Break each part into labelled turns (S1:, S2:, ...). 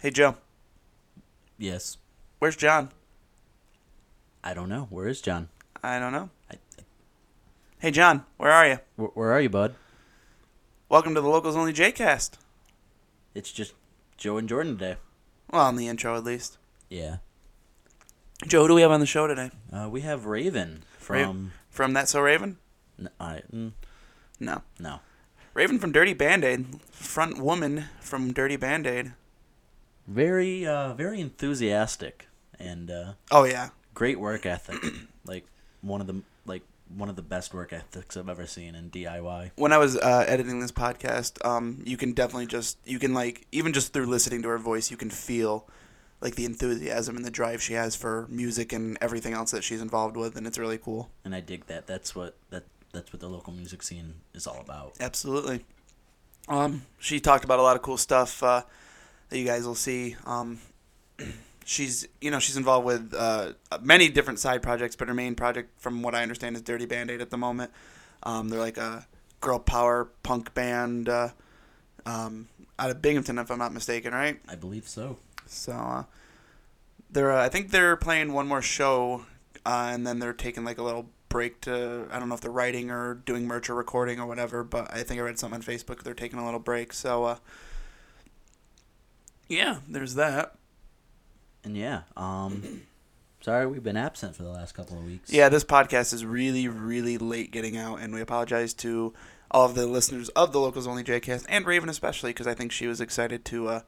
S1: Hey, Joe,
S2: Yes.
S1: where's John?
S2: I don't know. Where is John?
S1: I don't know.
S2: I,
S1: Hey, John, where are you?
S2: where, where are you, bud?
S1: Welcome to the Locals Only Jcast.
S2: It's just Joe and Jordan today.
S1: Well, on the intro at least.
S2: Yeah.
S1: Joe, who do we have on the show today?
S2: Uh, we have Raven
S1: Ra-
S2: from.
S1: from That So Raven?
S2: N- I- mm,
S1: No.
S2: no.
S1: Raven from Dirty Band Aid. Front woman from Dirty Band Aid.
S2: Very, uh, very enthusiastic and uh,
S1: Oh, yeah.
S2: great work ethic. like one of the like one of the best work ethics I've ever seen in DIY.
S1: when I was uh, editing this podcast, um, you can definitely just you can like even just through listening to her voice, you can feel like the enthusiasm and the drive she has for music and everything else that she's involved with, and it's really cool.
S2: And I dig that. That's what that that's what the local music scene is all about.
S1: Absolutely. Um, she talked about a lot of cool stuff uh, that you guys will see. Um, she's you know she's involved with uh, many different side projects, but her main project, from what I understand, is Dirty Band Aid at the moment. Um, they're like a girl power punk band uh, um, out of Binghamton, if I'm not mistaken, right?
S2: I believe so.
S1: So uh, they're uh, I think they're playing one more show, uh, and then they're taking like a little break to I don't know if they're writing or doing merch or recording or whatever. But I think I read something on Facebook they're taking a little break. So uh, yeah, there's that.
S2: And yeah, um, sorry we've been absent for the last couple of weeks.
S1: Yeah, this podcast is really really late getting out, and we apologize to all of the listeners of the Locals Only JCast and Raven especially because I think she was excited to uh,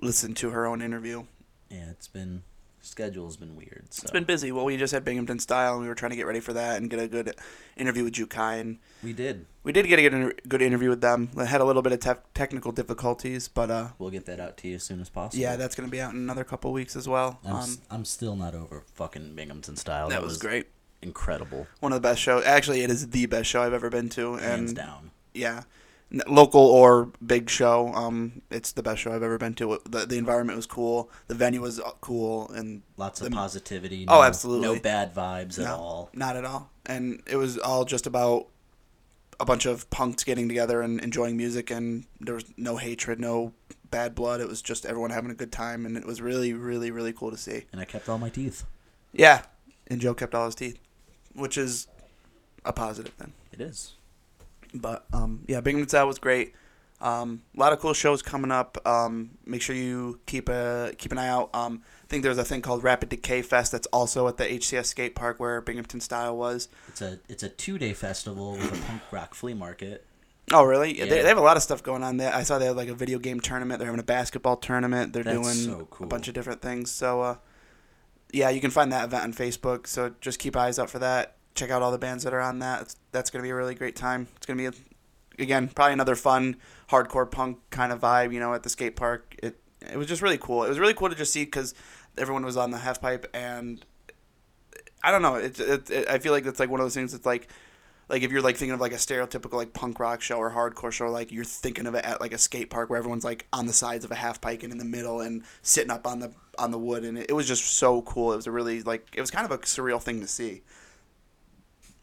S1: listen to her own interview.
S2: Yeah, it's been schedule's been weird. So
S1: It's been busy. Well, we just had Binghamton Style, and we were trying to get ready for that and get a good interview with Jukai. And
S2: we did.
S1: we did get a good, inter- good interview with them. They had a little bit of tef- technical difficulties, but uh,
S2: We'll get that out to you as soon as possible.
S1: yeah, that's going to be out in another couple weeks as well.
S2: I'm,
S1: um,
S2: s am still not over fucking Binghamton style.
S1: Oh, that was great.
S2: Incredible,
S1: One of the best shows. Actually, it is the best show I've ever been to. And
S2: hands down.
S1: yeah, N- local or big show, um, it's the best show I've ever been to. The, the environment was cool. The venue was uh, cool, and
S2: Lots of
S1: the-
S2: positivity.
S1: Oh,
S2: no-
S1: absolutely.
S2: No bad vibes at
S1: No,
S2: all.
S1: Not at all. And it was all just about a bunch of punks getting together and enjoying music, and there was no hatred, no bad blood. It was just everyone having a good time, and it was really, really, really cool to see.
S2: And I kept all my teeth.
S1: Yeah. And Joe kept all his teeth, which is a positive thing.
S2: It is.
S1: But um, yeah, Binghamton Style was great. Um, a lot of cool shows coming up. Um, make sure you keep a keep an eye out. Um, I think there's a thing called Rapid Decay Fest that's also at the HCS skate park where Binghamton Style was.
S2: It's a it's a two day festival with a punk rock flea market.
S1: Oh, really? Yeah, They,
S2: Yeah.
S1: they have a lot of stuff going on there. I saw they had like a video game tournament. They're having a basketball tournament. They're
S2: That's
S1: doing
S2: so
S1: a
S2: cool.
S1: bunch of different things. So, uh, yeah, you can find that event on Facebook. So just keep eyes out for that. Check out all the bands that are on that. It's- That's going to be a really great time. It's going to be, a, again, probably another fun hardcore punk kind of vibe. You know, at the skate park. It it was just really cool. It was really cool to just see because everyone was on the half pipe and I don't know. It, it, it I feel like it's like one of those things that's like like if you're like thinking of like a stereotypical like punk rock show or hardcore show, like you're thinking of it at like a skate park where everyone's like on the sides of a half pike and in the middle and sitting up on the on the wood, and it, it was just so cool. It was a really like it was kind of a surreal thing to see.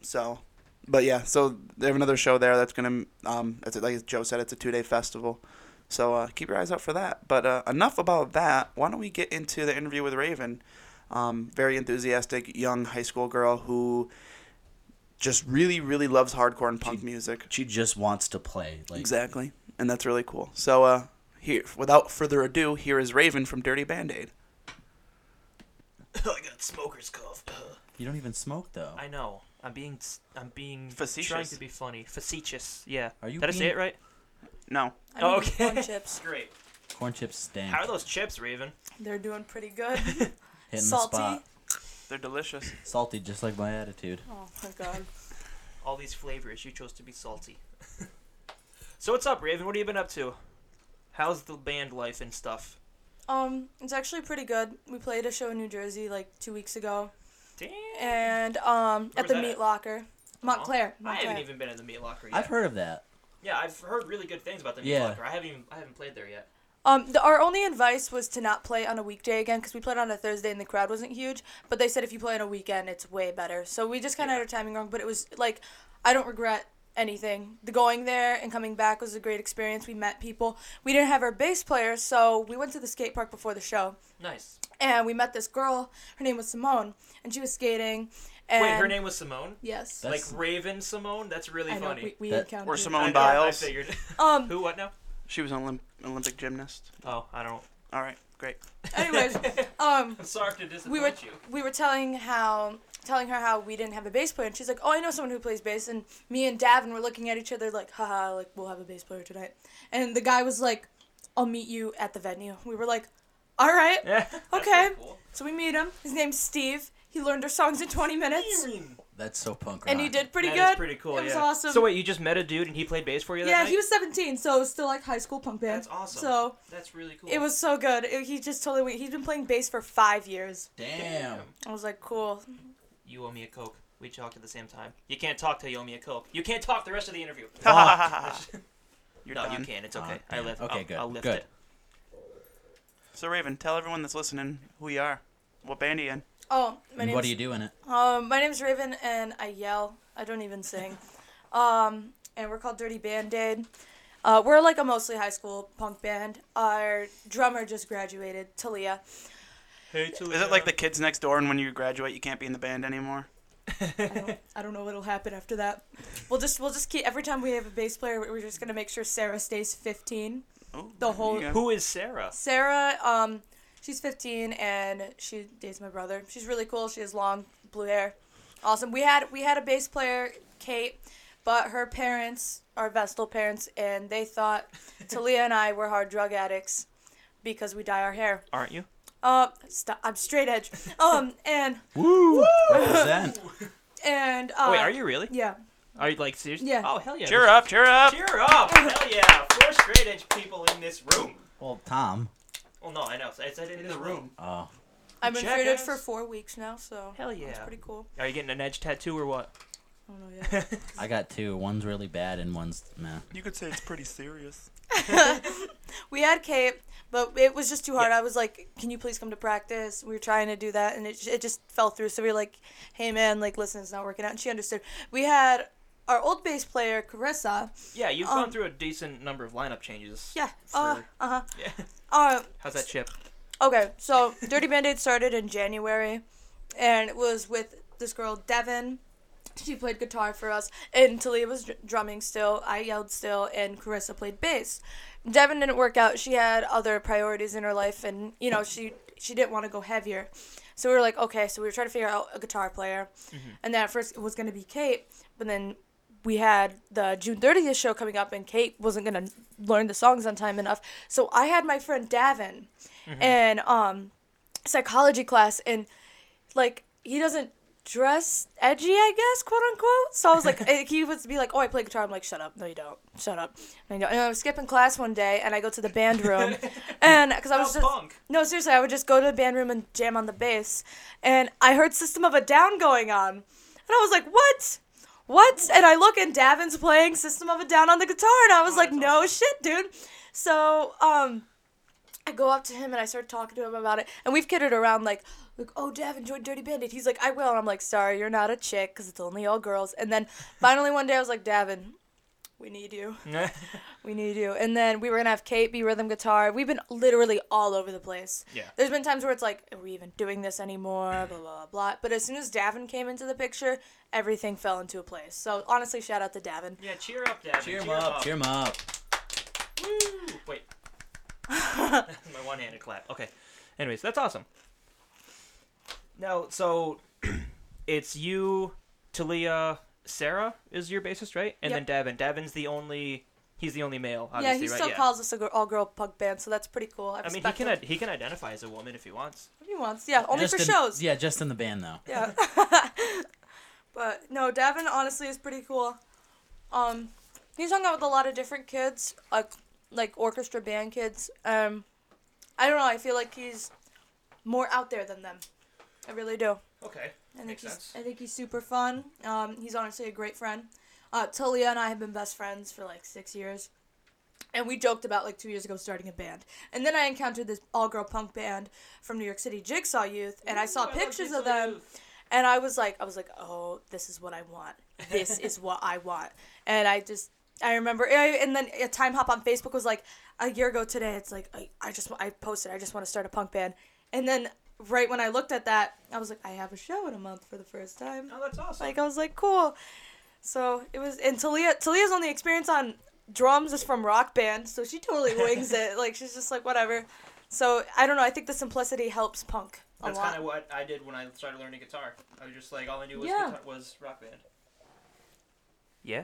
S1: So, but yeah, so they have another show there that's gonna um that's like Joe said, it's a two day festival. So uh, keep your eyes out for that. But uh, enough about that. Why don't we get into the interview with Raven? Um, very enthusiastic young high school girl who just really, really loves hardcore and punk music.
S2: She just wants to play. Like
S1: Exactly, and that's really cool. So uh, here, without further ado, here is Raven from Dirty Band Aid.
S3: I got smoker's cough.
S2: you don't even smoke though.
S3: I know. I'm being. s- I'm being. Trying
S1: Facetious.
S3: to be funny. Facetious. Yeah.
S2: Are you
S3: Did I say
S2: being-
S3: it right?
S1: No,
S4: I
S3: Oh,
S4: mean,
S3: okay.
S4: corn chips.
S3: Great.
S2: Corn chips stank.
S3: How are those chips, Raven?
S4: They're doing pretty good.
S2: Hitting the
S4: salty?
S2: spot.
S1: they're delicious.
S2: Salty, just like my attitude.
S4: Oh my god.
S3: All these flavors. You chose to be salty. so what's up, Raven? What have you been up to? How's the band life and stuff?
S4: Um, it's actually pretty good. We played a show in New Jersey like two weeks ago,
S3: Damn.
S4: and um,
S3: Where
S4: at
S3: was
S4: the
S3: that
S4: Meat
S3: at? Uh-huh.
S4: Locker, Montclair.
S3: I
S4: Montclair.
S3: haven't even been in the meat locker yet.
S2: I've heard of that.
S3: yeah, I've heard really good things about the meat
S2: Yeah.
S3: locker. I haven't even. I haven't played there yet.
S4: Um, the, our only advice was to not play on a weekday again because we played on a Thursday and the crowd wasn't huge. But they said if you play on a weekend, it's way better. So we just kind of
S3: Yeah.
S4: had our timing wrong. But it was like, I don't regret anything. The going there and coming back was a great experience. We met people. We didn't have our bass player, so we went to the skate park before the show,
S3: Nice.
S4: and we met this girl. Her name was Simone, and she was skating. And
S3: Wait, her name was Simone?
S4: Yes.
S2: That's-
S3: like Raven Simone? That's really
S4: I know,
S3: funny.
S4: We, we
S2: That-
S4: encountered
S1: Or
S4: her.
S1: Simone
S3: I know, I
S1: Biles.
S3: figured.
S4: Um.
S3: Who, what now?
S1: She was an Olymp- Olympic gymnast.
S3: Oh, I don't.
S1: All right, great.
S4: Anyways, um,
S3: I'm sorry to disappoint
S4: we were
S3: you.
S4: we were telling how telling her how we didn't have a bass player, and she's like, "Oh, I know someone who plays bass." And me and Davin were looking at each other like, "Haha, like we'll have a bass player tonight." And the guy was like, "I'll meet you at the venue." We were like, "All right."
S3: Yeah. that's
S4: Okay.
S3: pretty cool.
S4: So we meet him. His name's Steve. He learned our songs in 20 minutes,
S2: That's so punk rock.
S4: and he did pretty
S3: That
S4: good.
S3: is pretty cool.
S4: It was
S3: yeah.
S4: awesome.
S3: So wait, you just met a dude and he played bass for you? That
S4: yeah,
S3: night?
S4: he was 17, so it was still like high school punk band.
S3: That's awesome.
S4: So
S3: That's really cool.
S4: it was so good. It- he just totally went. He's been playing bass for five years.
S2: Damn.
S4: I was like, cool.
S3: You owe me a coke. We talked at the same time. You can't talk till you owe me a coke. You can't talk the rest of the interview.
S1: You're
S3: no,
S1: done.
S3: you can. It's Ah. okay.
S2: Oh,
S3: I
S2: damn.
S3: lift.
S2: Okay,
S3: I'll,
S2: good,
S3: I'll lift
S2: good.
S3: it.
S1: So Raven, tell everyone that's listening who you are, what band are you in.
S4: Oh, my
S2: And
S4: name's
S2: what do you do in it?
S4: Um, my name's Raven, and I yell. I don't even sing. Um, and we're called Dirty Band Aid. Uh, we're like a mostly high school punk band. Our drummer just graduated, Talia.
S3: Hey,
S1: Is it like the kids next door, and when you graduate, you can't be in the band anymore?
S4: I don't know what'll happen after that. We'll just we'll just keep every time we have a bass player, we're just gonna make sure Sarah stays fifteen.
S3: Oh,
S1: Ooh,
S4: The whole-
S1: yeah.
S3: Who is Sarah?
S4: Sarah, um, she's fifteen and she dates my brother. She's really cool. She has long blue hair. Awesome. We had we had a bass player, Kate, but her parents are Vestal parents, and they thought Talia and I were hard drug addicts because we dye our hair.
S3: Aren't you?
S4: Uh, stop. I'm straight edge. Um, and
S2: Woo! Represent.
S4: and uh,
S3: Wait, are you really?
S4: Yeah.
S3: Are you like serious?
S4: Yeah.
S3: Oh hell yeah.
S1: Cheer up! Cheer up!
S3: Cheer up! hell yeah! Four straight edge people in this room.
S2: Well, Tom.
S3: Well, no, I know. I said in the room.
S2: Oh,
S4: I've been treated
S3: Jackass.
S4: for four weeks now, so
S3: Hell
S4: that's
S3: yeah.
S4: pretty cool.
S3: Are you getting an edge tattoo or what?
S4: I don't know yet.
S2: I got two. One's really bad, and one's meh.
S1: You could say it's pretty serious.
S4: we had Kate, but it was just too hard. I was like, "Can you please come to practice?" We were trying to do that, and it it just fell through. So we were like, "Hey man, like listen, it's not working out." And she understood. We had our old bass player Carissa.
S3: Yeah, you've
S4: Um,
S3: gone through a decent number of lineup changes.
S4: Yeah. Uh
S3: For-
S4: huh.
S3: Yeah.
S4: Uh,
S3: How's that chip?
S4: okay. So Dirty Band-Aid started in January, and it was with this girl Devin. She played guitar for us, and Talia was dr- drumming still. I yelled still, and Carissa played bass. Devin didn't work out. She had other priorities in her life, and you know she she didn't want to go heavier. So we were like, okay. So we were trying to figure out a guitar player, and then at first it was gonna be Kate, but then we had the June thirtieth show coming up, and Kate wasn't gonna learn the songs on time enough. So I had my friend Davin,
S3: Mm-hmm.
S4: and um, psychology class, and like he doesn't dress edgy, I guess, quote unquote. So I was like, eh, he would be like, "Oh, I play guitar." I'm like, "Shut up! No, you don't. Shut up!" No, you don't. And I was skipping class one day, and I go to the band room, and because I was
S3: Oh,
S4: just
S3: punk.
S4: no, seriously, I would just go to the band room and jam on the bass, and I heard System of a Down going on, and I was like, "What?" What? And I look and Davin's playing System of a Down on the guitar, and I was like,
S3: Oh, that's
S4: no shit, dude. So, um, I go up to him and I start talking to him about it, and we've kidded around like, like, oh, Davin, join Dirty Bandit. He's like, I will, and I'm like, sorry, you're not a chick, cause it's only all girls. And then finally one day I was like, Davin, we need you, we need you. And then we were gonna have Kate be rhythm guitar. We've been literally all over the place.
S3: Yeah.
S4: There's been times where it's like, are we even doing this anymore? Blah blah blah. blah. But as soon as Davin came into the picture, everything fell into a place. So honestly, shout out to Davin.
S3: yeah, cheer up, Dad.
S2: Cheer him up. Cheer him up.
S3: Woo! Wait. That's my one-handed clap. Okay. Anyways, that's awesome. Now, so it's you, Talia, Sarah is your bassist, right? And then Davin. Davin's the only. He's the only male,
S4: Yeah,
S3: obviously,
S4: he
S3: right?
S4: still
S3: yeah.
S4: calls us a all girl punk band, so that's pretty cool. I,
S3: I mean, he
S4: respect
S3: can
S4: him.
S3: ad- he can identify as a woman if he wants.
S4: He wants, yeah, only
S2: Just
S4: for
S2: in-
S4: shows.
S2: Yeah, just in the band though.
S4: Yeah. but no, Davin honestly is pretty cool. Um, he's hung out with a lot of different kids, like like orchestra band kids. Um, I don't know. I feel like he's more out there than them. I really do.
S3: Okay.
S4: I think
S3: Makes
S4: he's
S3: sense.
S4: I think he's super fun. Um, he's honestly a great friend. Uh, Talia and I have been best friends for like six years, and we joked about like two years ago starting a band. And then I encountered this all-girl punk band from New York City, Jigsaw Youth, and I saw pictures of them, and I was like, I was like, oh, this is what I want. This is what I want. and I just I remember I- and then a time hop on Facebook was like a year ago today. It's like I, I just I posted I just want to start a punk band, and then right when I looked at that, I was like I have a show in a month for the first time.
S3: Oh, that's awesome.
S4: Like I was like cool. So it was and Talia Talia's only experience on drums is from rock band, so she totally wings it. Like she's just like whatever. So I don't know. I think the simplicity helps punk a
S3: that's
S4: lot.
S3: kind of what I did when I started learning guitar. I was just like, all I knew was
S4: Yeah.
S3: guitar, was rock band. Yeah.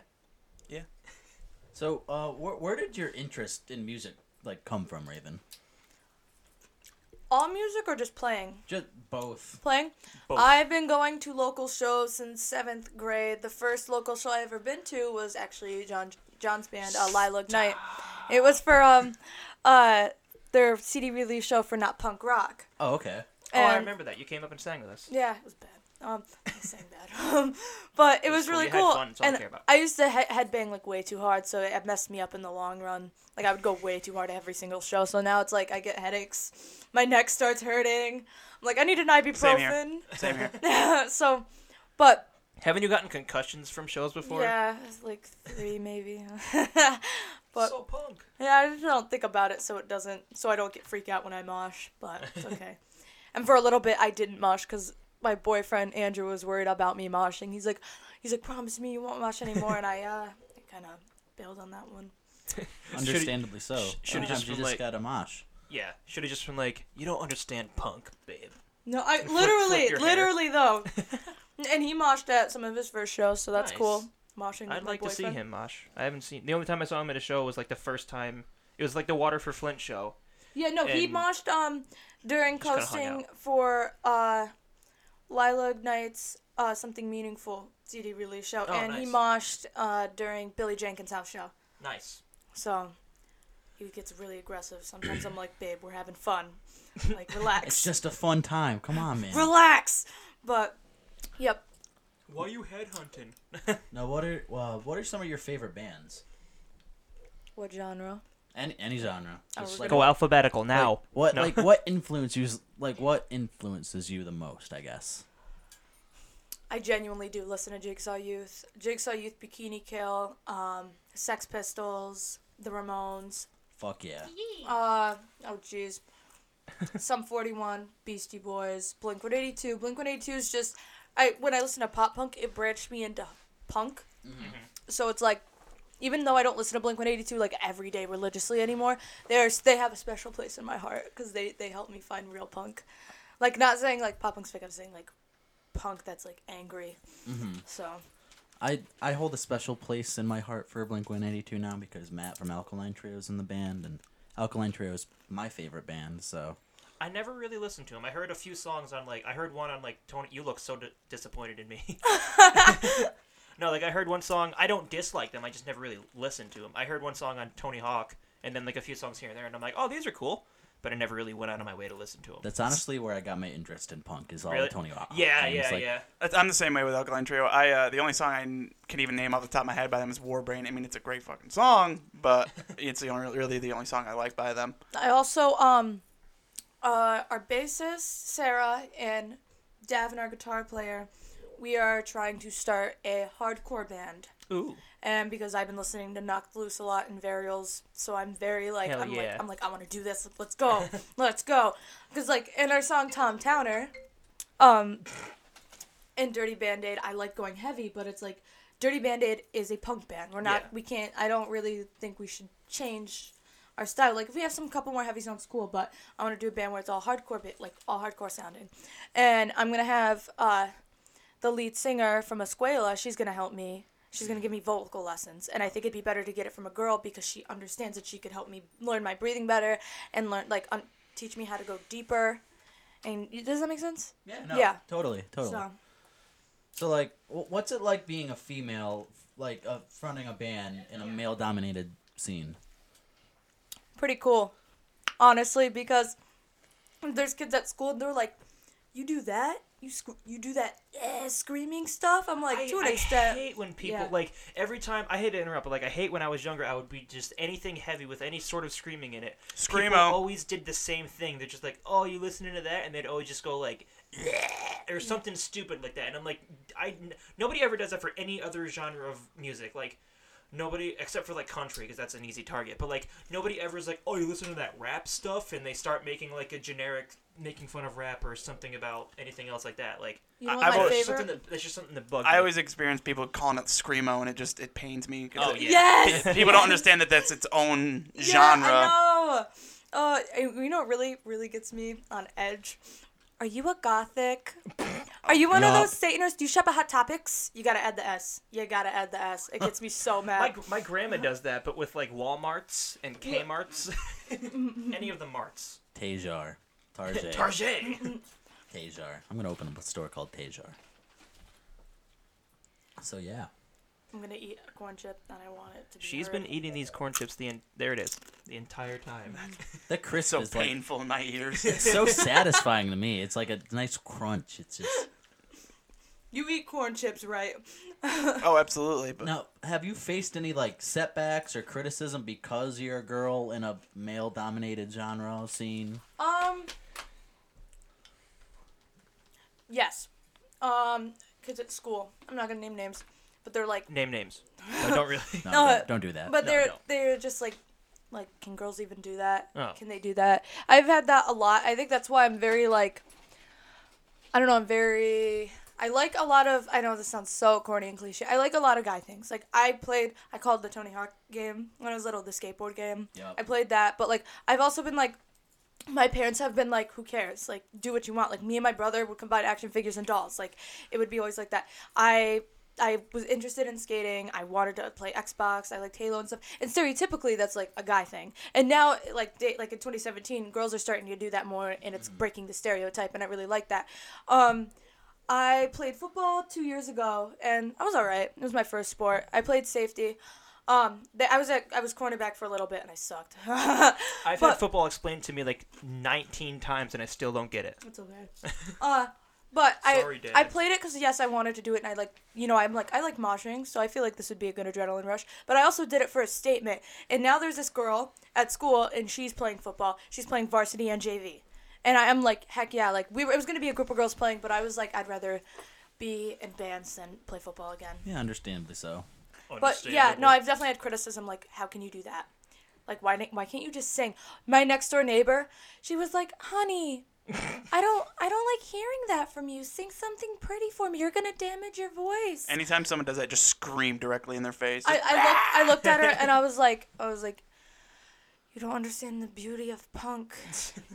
S2: So, uh, where, where did your interest in music like come from, Raven?
S4: All music or just playing?
S2: Just both.
S4: Playing.
S3: Both.
S4: I've been going to local shows since seventh grade. The first local show I ever been to was actually John John's band, uh, Lila Ignite. It was for um, uh, their CD release show for Not Punk Rock.
S2: Oh, okay.
S3: Oh, I
S4: And-
S3: remember that. You came up and sang with us.
S4: Yeah, it was bad. Um, I sang bad. Um, but it was
S3: cool.
S4: really
S3: You had
S4: cool.
S3: fun, that's all I
S4: and
S3: care about.
S4: I used to he- headbang like way too hard, so it messed me up in the long run. Like I would go way too hard every single show, so now it's like I get headaches. My neck starts hurting. I'm like I need an
S1: Same here.
S4: ibuprofen.
S1: Same here.
S4: so, but
S3: Haven't you gotten concussions from shows before?
S4: yeah, it's like three maybe. but
S3: so punk.
S4: yeah, I just don't think about it, so it doesn't. So I don't get freaked out when I mosh. But it's okay. and for a little bit, I didn't mosh because my boyfriend Andrew was worried about me moshing. He's like, he's like, promise me you won't mosh anymore. and I uh, kind of bailed on that one.
S2: Understandably so.
S3: sh- should've
S2: Sometimes
S3: just
S2: you
S3: been
S2: just
S3: like-
S2: got a mosh.
S3: Yeah. Should have just been like, you don't understand punk, babe.
S4: No, I
S3: flip-
S4: literally,
S3: flip your hair.
S4: literally though. and he moshed at some of his first shows, so that's
S3: Nice.
S4: cool. Moshing.
S3: I'd
S4: with my
S3: like to see
S4: boyfriend.
S3: him, Mosh. I haven't seen. The only time I saw him at a show was like the first time. It was like the Water for Flint show.
S4: Yeah, no, he
S3: and-
S4: moshed um during
S3: kinda hung
S4: coasting for uh Lila Ignite's uh something meaningful CD release show,
S3: Oh,
S4: and he
S3: nice.
S4: moshed uh during Billy Jenkins' house show.
S3: Nice.
S4: So he gets really aggressive. Sometimes I'm like, babe, we're having fun, like relax,
S2: It's just a fun time. Come on, man.
S4: relax. But yep,
S3: Why you headhunting?
S2: Now, what are uh, what are some of your favorite bands?
S4: what genre?
S2: Any any genre.
S4: Oh,
S2: Just
S4: we're
S2: like,
S3: Go alphabetical now.
S2: like, what
S3: No.
S2: like what influences like what influences you the most? I guess.
S4: I genuinely do listen to Jigsaw Youth, Jigsaw Youth, Bikini Kill, um, Sex Pistols, The Ramones.
S2: Fuck yeah.
S4: Uh oh, jeez. Some Forty One, Beastie Boys, Blink One Eighty Two. Blink One Eighty Two is just I when I listen to pop punk, it branched me into punk. So it's like, even though I don't listen to Blink One Eighty Two like every day religiously anymore, there's they have a special place in my heart because they they help me find real punk. Like not saying like pop punk's fake, I'm saying like punk that's like angry. So
S2: I I hold a special place in my heart for Blink One Eighty Two now because Matt from Alkaline Trio is in the band, and Alkaline Trio is my favorite band. So
S3: I never really listened to him. I heard a few songs on like I heard one on like Tony. You look so d- disappointed in me. no, like I heard one song. I don't dislike them. I just never really listened to them. I heard one song on Tony Hawk, and then like a few songs here and there, and I'm like, oh, these are cool. But I never really went out of my way to listen to them.
S2: that's honestly where I got my interest in punk is all
S3: Really?
S2: the Tony Hawk.
S3: yeah,
S2: games,
S3: yeah,
S2: like,
S3: yeah.
S1: That's- I'm the same way with Alkaline Trio. I uh, the only song I n- can even name off the top of my head by them is Warbrain. I mean, it's a great fucking song, but it's the only really the only song I like by them.
S4: I also um uh our bassist Sarah and Davin our guitar player we are trying to start a hardcore band
S3: Ooh,
S4: and um, because I've been listening to Knocked Loose a lot and Varials so I'm very like
S3: Hell
S4: I'm
S3: yeah.
S4: like I'm like I want to do this let's go let's go cuz like in our song Tom Towner um and Dirty Band-Aid I like going heavy but it's like Dirty Band-Aid is a punk band we're not
S3: Yeah.
S4: we can't I don't really think we should change our style. Like if we have some couple more heavy songs, cool. But I want to do a band where it's all hardcore, bit like all hardcore sounding. And I'm gonna have uh, the lead singer from Escuela. She's gonna help me. She's gonna give me vocal lessons, and I think it'd be better to get it from a girl because she understands that she could help me learn my breathing better and learn like un- teach me how to go deeper. And does that make sense?
S2: Yeah, no,
S4: Yeah.
S2: totally, totally.
S4: So
S2: So, like, wh- what's it like being a female, like, uh, fronting a band in a male-dominated scene?
S4: pretty cool, honestly, because there's kids at school and they're like, "You do that." You, sc- you do that eh, screaming stuff. I'm like,
S3: I,
S4: to an
S3: I
S4: extent.
S3: hate when people
S4: yeah.
S3: like every time I hate to interrupt, but like I hate when I was younger, I would be just anything heavy with any sort of screaming in it.
S1: Screamo.
S3: People always did the same thing. They're just like, "Oh, you listening to that?" and they'd always just go like "Yeah," or something stupid like that. And I'm like, I nobody ever does that for any other genre of music. Like, nobody except for like country because that's an easy target. But like nobody ever is like, oh, you listen to that rap stuff, and they start making like a generic making fun of rap or something about anything else like that. Like
S4: You know
S1: I- I've
S4: what my
S1: always-
S3: that's just
S4: favorite?
S3: something that, that's just something that bugs.
S1: I
S3: me.
S1: always experience people calling it screamo, and it just it pains me. 'cause
S3: Oh,
S1: it-
S3: yeah.
S4: Yes.
S1: People don't understand that that's its own
S4: Yeah, I
S1: genre.
S4: know. Oh, and you know what really, really gets me on edge? Are you a gothic? Are you one of
S2: No.
S4: those Satanists? Do you shop at Hot Topics? You gotta add the S. You gotta add the S. It gets me so
S3: My,
S4: mad.
S3: my grandma does that, but with like Walmarts and Kmart's,
S2: Mm-hmm.
S3: any of the marts.
S2: Tajar. Tarjay.
S3: Target.
S2: Mm-hmm. Tajar. I'm gonna open up a store called Tajar. So yeah.
S4: I'm gonna eat a corn chip and I want it to be.
S3: She's
S4: heard.
S3: been e- eating these corn chips the en- there it is the entire time.
S2: That crisp
S1: It's so
S2: is like
S1: painful in my ears.
S2: it's so satisfying to me. It's like a nice crunch. It's just
S4: You eat corn chips, right?
S1: oh, absolutely. But
S2: now. Have you faced any like setbacks or criticism because you're a girl in a male-dominated genre scene?
S4: Um. Yes. Um. Cause it's school. I'm not gonna name names, but they're like,
S3: Name names. No, don't really.
S2: No,
S4: No,
S2: don't,
S4: uh,
S2: don't do that.
S4: but
S3: no,
S4: they're
S3: no.
S4: they're just like, like, can girls even do that?
S3: Oh.
S4: Can they do that? I've had that a lot. I think that's why I'm very like. I don't know. I'm very. I like a lot of. I know this sounds so corny and cliche. I like a lot of guy things. Like I played. I called the Tony Hawk game when I was little. The skateboard game.
S2: Yep.
S4: I played that, but like I've also been like my parents have been like, who cares? Like, do what you want. Like, me and my brother would combine action figures and dolls. Like, it would be always like that. I I was interested in skating. I wanted to play Xbox. I liked Halo and stuff. And stereotypically, that's like a guy thing. And now, like, they, like in 2017, girls are starting to do that more, and it's breaking the stereotype. And I really like that. Um, I played football two years ago, and I was all right. It was my first sport. I played safety. Um, they, I was at, I was cornerback for a little bit, and I sucked.
S3: I've
S4: But-
S3: had football explained to me like 19 times and I still don't get it.
S4: It's okay. uh, but
S3: Sorry,
S4: I I
S3: Dad.
S4: played it because yes, I wanted to do it, and I like you know I'm like I like moshing, so I feel like this would be a good adrenaline rush. But I also did it for a statement, and now there's this girl at school, and she's playing football. She's playing varsity and JV, and I am like heck yeah, like we were it was gonna be a group of girls playing, but I was like I'd rather be in bands than play football again.
S2: yeah, understandably so.
S4: But yeah, no, I've definitely had criticism like, how can you do that? Like, why na- why can't you just sing? My next door neighbor, she was like, honey, I don't I don't like hearing that from you. Sing something pretty for me. You're gonna damage your voice.
S1: anytime someone does that, just scream directly in their face.
S4: I, I looked I looked at her and I was like I was like, you don't understand the beauty of punk.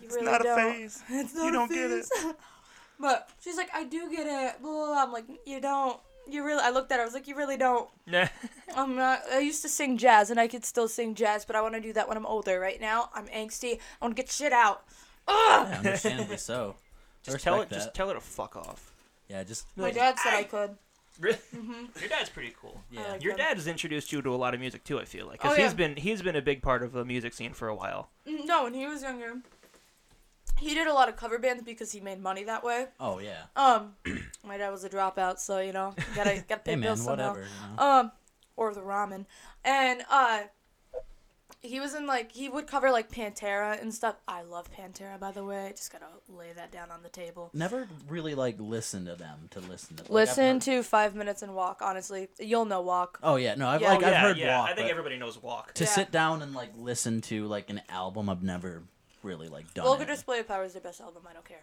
S4: You really
S1: not a
S4: don't.
S1: phase.
S4: It's not
S1: You
S4: a
S1: don't get
S4: phase. but she's like, I do get it. Blah, blah, blah. I'm like, you don't. You really. I looked at her. I was like, you really don't.
S3: Nah.
S4: I'm not. I used to sing jazz, and I could still sing jazz, but I want to do that when I'm older. Right now, I'm angsty. I want to get shit out. Ugh!
S2: Yeah, understandably so. I
S3: just tell it
S2: respect
S3: just
S2: that.
S3: tell her to fuck off.
S2: yeah, just
S4: My dad said I could.
S3: Really?
S2: Mm-hmm.
S3: Your dad's pretty cool.
S2: yeah.
S4: like-
S3: Your
S4: Yeah.
S3: dad has introduced you to a lot of music too, I feel like.
S4: Oh,
S3: Cuz
S4: yeah.
S3: he's been he's been a big part of the music scene for a while.
S4: Mm, No, when he was younger, he did a lot of cover bands because he made money that way.
S2: oh yeah.
S4: Um, my dad was a dropout, so you know, gotta gotta pay
S2: Hey man,
S4: bills somehow.
S2: whatever. You know?
S4: um or the ramen and uh he was in like he would cover like pantera and stuff i love pantera by the way just gotta lay that down on the table
S2: Never really like listen to them to listen to. Like, I've
S4: listen
S2: heard-
S4: to five minutes and walk honestly you'll know walk
S2: Oh yeah, no, I've
S4: Yeah.
S2: like
S4: Oh,
S2: I've heard
S3: yeah.
S2: walk.
S3: I
S2: but-
S3: think everybody knows walk.
S2: to
S4: Yeah.
S2: sit down and like listen to like an album I've never really like done.
S4: vulgar
S2: it.
S4: display of power is their best album i don't care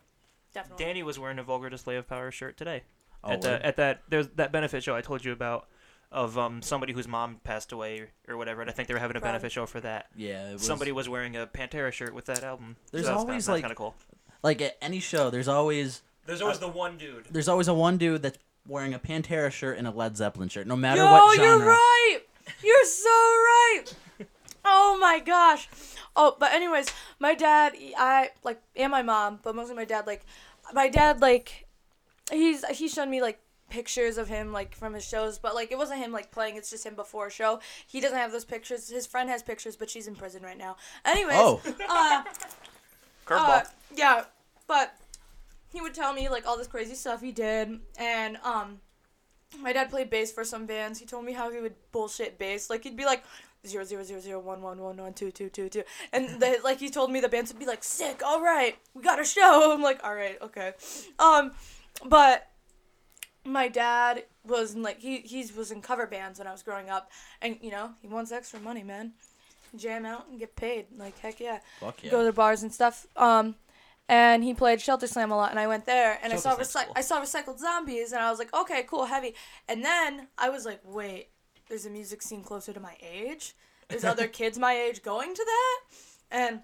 S4: definitely
S3: Danny was wearing a vulgar display of power shirt today.
S2: Oh,
S3: at the
S2: word.
S3: at that there's that benefit show I told you about of um somebody whose mom passed away or whatever, and I think they were having a
S4: Prom.
S3: benefit show for that.
S2: yeah, it was,
S3: Somebody was wearing a Pantera shirt with that album.
S2: There's
S3: so that's
S2: always,
S3: kinda,
S2: like-
S3: kind of cool.
S2: like at any show. There's always
S3: There's always the one dude.
S2: there's always a one dude that's wearing a Pantera shirt and a Led Zeppelin shirt, no matter
S4: Yo,
S2: what genre.
S4: you're right. You're so right. Oh my gosh. Oh, but anyways, my dad, I like, and my mom, but mostly my dad. Like, my dad, like, he's he's shown me like pictures of him like from his shows, but like it wasn't him like playing. It's just him before a show. He doesn't have those pictures. His friend has pictures, but she's in prison right now. Anyways,
S2: Oh,
S4: uh,
S1: Curveball.
S4: uh, yeah, but he would tell me like all this crazy stuff he did, and um, my dad played bass for some bands. He told me how he would bullshit bass, like he'd be like zero zero zero zero one one one one two two two two, and the, like he told me the bands would be like sick. All right, we got a show. I'm like, all right, okay, um, but my dad was in, like he he was in cover bands when I was growing up, and you know he wants extra money, man. Jam out and get paid. Like heck yeah.
S2: Fuck yeah.
S4: Go to bars and stuff. Um, and he played Shelter Slam a lot, and I went there and I
S3: Shelter
S4: saw
S3: Slam's
S4: recyc-
S3: cool.
S4: I saw recycled zombies, and I was like, okay, cool, heavy. And then I was like, wait, there's a music scene closer to my age. There's other kids my age going to that, and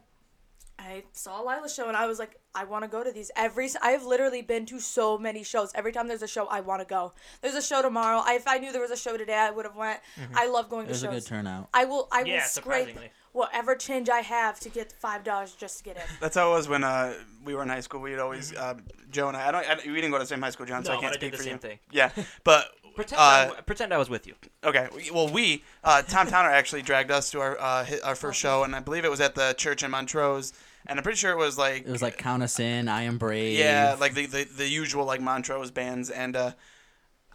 S4: I saw Lila's show and I was like, I want to go to these every. s- I have literally been to so many shows. Every time there's a show, I want to go. There's a show tomorrow. I, if I knew there was a show today, I would have went. I love going
S2: Mm-hmm. It was
S4: to
S2: a
S4: shows.
S2: good turnout.
S4: I will. I
S3: Yeah,
S4: will scrape
S3: surprisingly.
S4: whatever change I have to get five dollars just to get in.
S1: That's how it was when uh, we were in high school. We'd always uh, Joe and I. I don't. I, don't- we didn't go to the same high school, John. so
S3: Mm-hmm. No,
S1: I can't
S3: but I
S1: speak
S3: did
S1: for you.
S3: the same thing.
S1: Yeah, but
S3: Pretend, I,
S1: uh,
S3: w- pretend I was with you.
S1: okay. we- Well, we uh, Tom Towner actually dragged us to our uh, hi- our first show, and I believe it was at the church in Montrose, and I'm pretty sure it was like
S2: It was like count us in. I am brave.
S1: Yeah, like the, the, the usual like Montrose bands, and uh,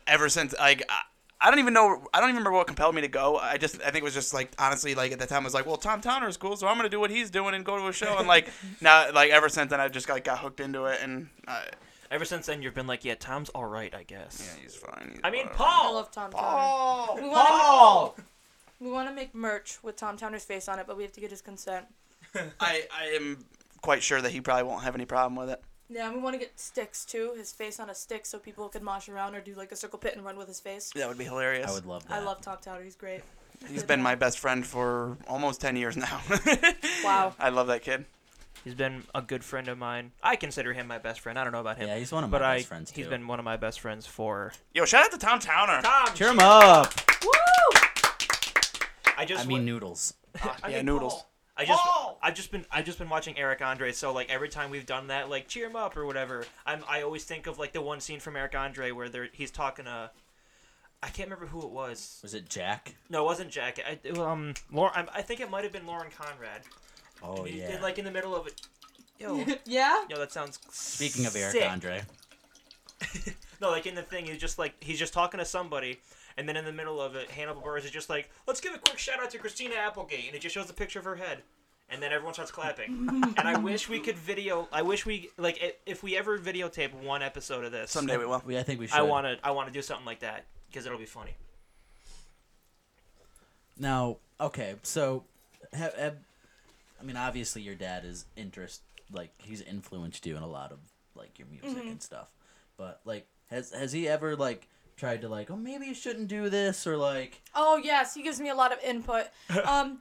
S1: ever since like I, I don't even know I don't even remember what compelled me to go. I just I think it was just like honestly like at the time I was like, well, Tom Towner is cool, so I'm gonna do what he's doing and go to a show, and like now like ever since then I just like got hooked into it, and uh,
S3: Ever since then, you've been like, yeah, Tom's all right, I guess.
S1: yeah, he's fine. he's
S3: I mean,
S1: whatever. Oh!
S4: I
S3: Oh, Paul.
S4: love Tom Towner.
S1: Paul.
S4: We want
S3: Paul.
S4: to we want to make merch with Tom Towner's face on it, but we have to get his consent.
S1: I I am quite sure that he probably won't have any problem with it.
S4: Yeah, and we want to get sticks too. His face on a stick, so people can mosh around or do like a circle pit and run with his face.
S1: That would be hilarious.
S2: I would love that.
S4: I love Tom Towner. He's great.
S1: He's been my best friend for almost ten years now.
S4: Wow.
S1: I love that kid.
S3: He's been a good friend of mine. I consider him my best friend. I don't know about him.
S2: Yeah, he's one of my
S3: but I,
S2: best friends
S3: he's
S2: too.
S3: been one of my best friends for.
S1: Yo, shout out to Tom Towner.
S3: Tom,
S2: Cheer him up.
S4: Woo!
S3: I just
S2: I mean
S3: wa-
S2: noodles.
S3: I
S1: Yeah,
S3: mean, oh,
S1: noodles.
S3: Paul. I just
S1: Paul!
S3: I've just been I've just been watching Eric Andre. So like every time we've done that, like cheer him up or whatever. I'm I always think of like the one scene from Eric Andre where they he's talking to. I can't remember who it was.
S2: Was it Jack?
S3: No, it wasn't Jack. I, it was, um, Lauren. I, I think it might have been Lauren Conrad.
S2: Oh
S3: He
S2: yeah.
S3: did, like in the middle of it. Yo,
S4: yeah.
S3: yo, that sounds.
S2: Speaking of Eric
S3: sick.
S2: Andre,
S3: No, like in the thing, he's just like he's just talking to somebody, and then in the middle of it, Hannibal Burris is just like, "Let's give a quick shout out to Christina Applegate," and it just shows a picture of her head, and then everyone starts clapping. and I wish we could video. I wish we like i- if we ever videotape one episode of this
S1: Someday we will.
S2: we I think we should.
S3: I want to. I want to do something like that because it'll be funny.
S2: Now, okay, so, ha, ha, I mean, obviously, your dad is interest, like he's influenced you in a lot of like your music and stuff. But like, has has he ever like tried to like, oh, maybe you shouldn't do this, or like,
S4: Oh yes, he gives me a lot of input. Um,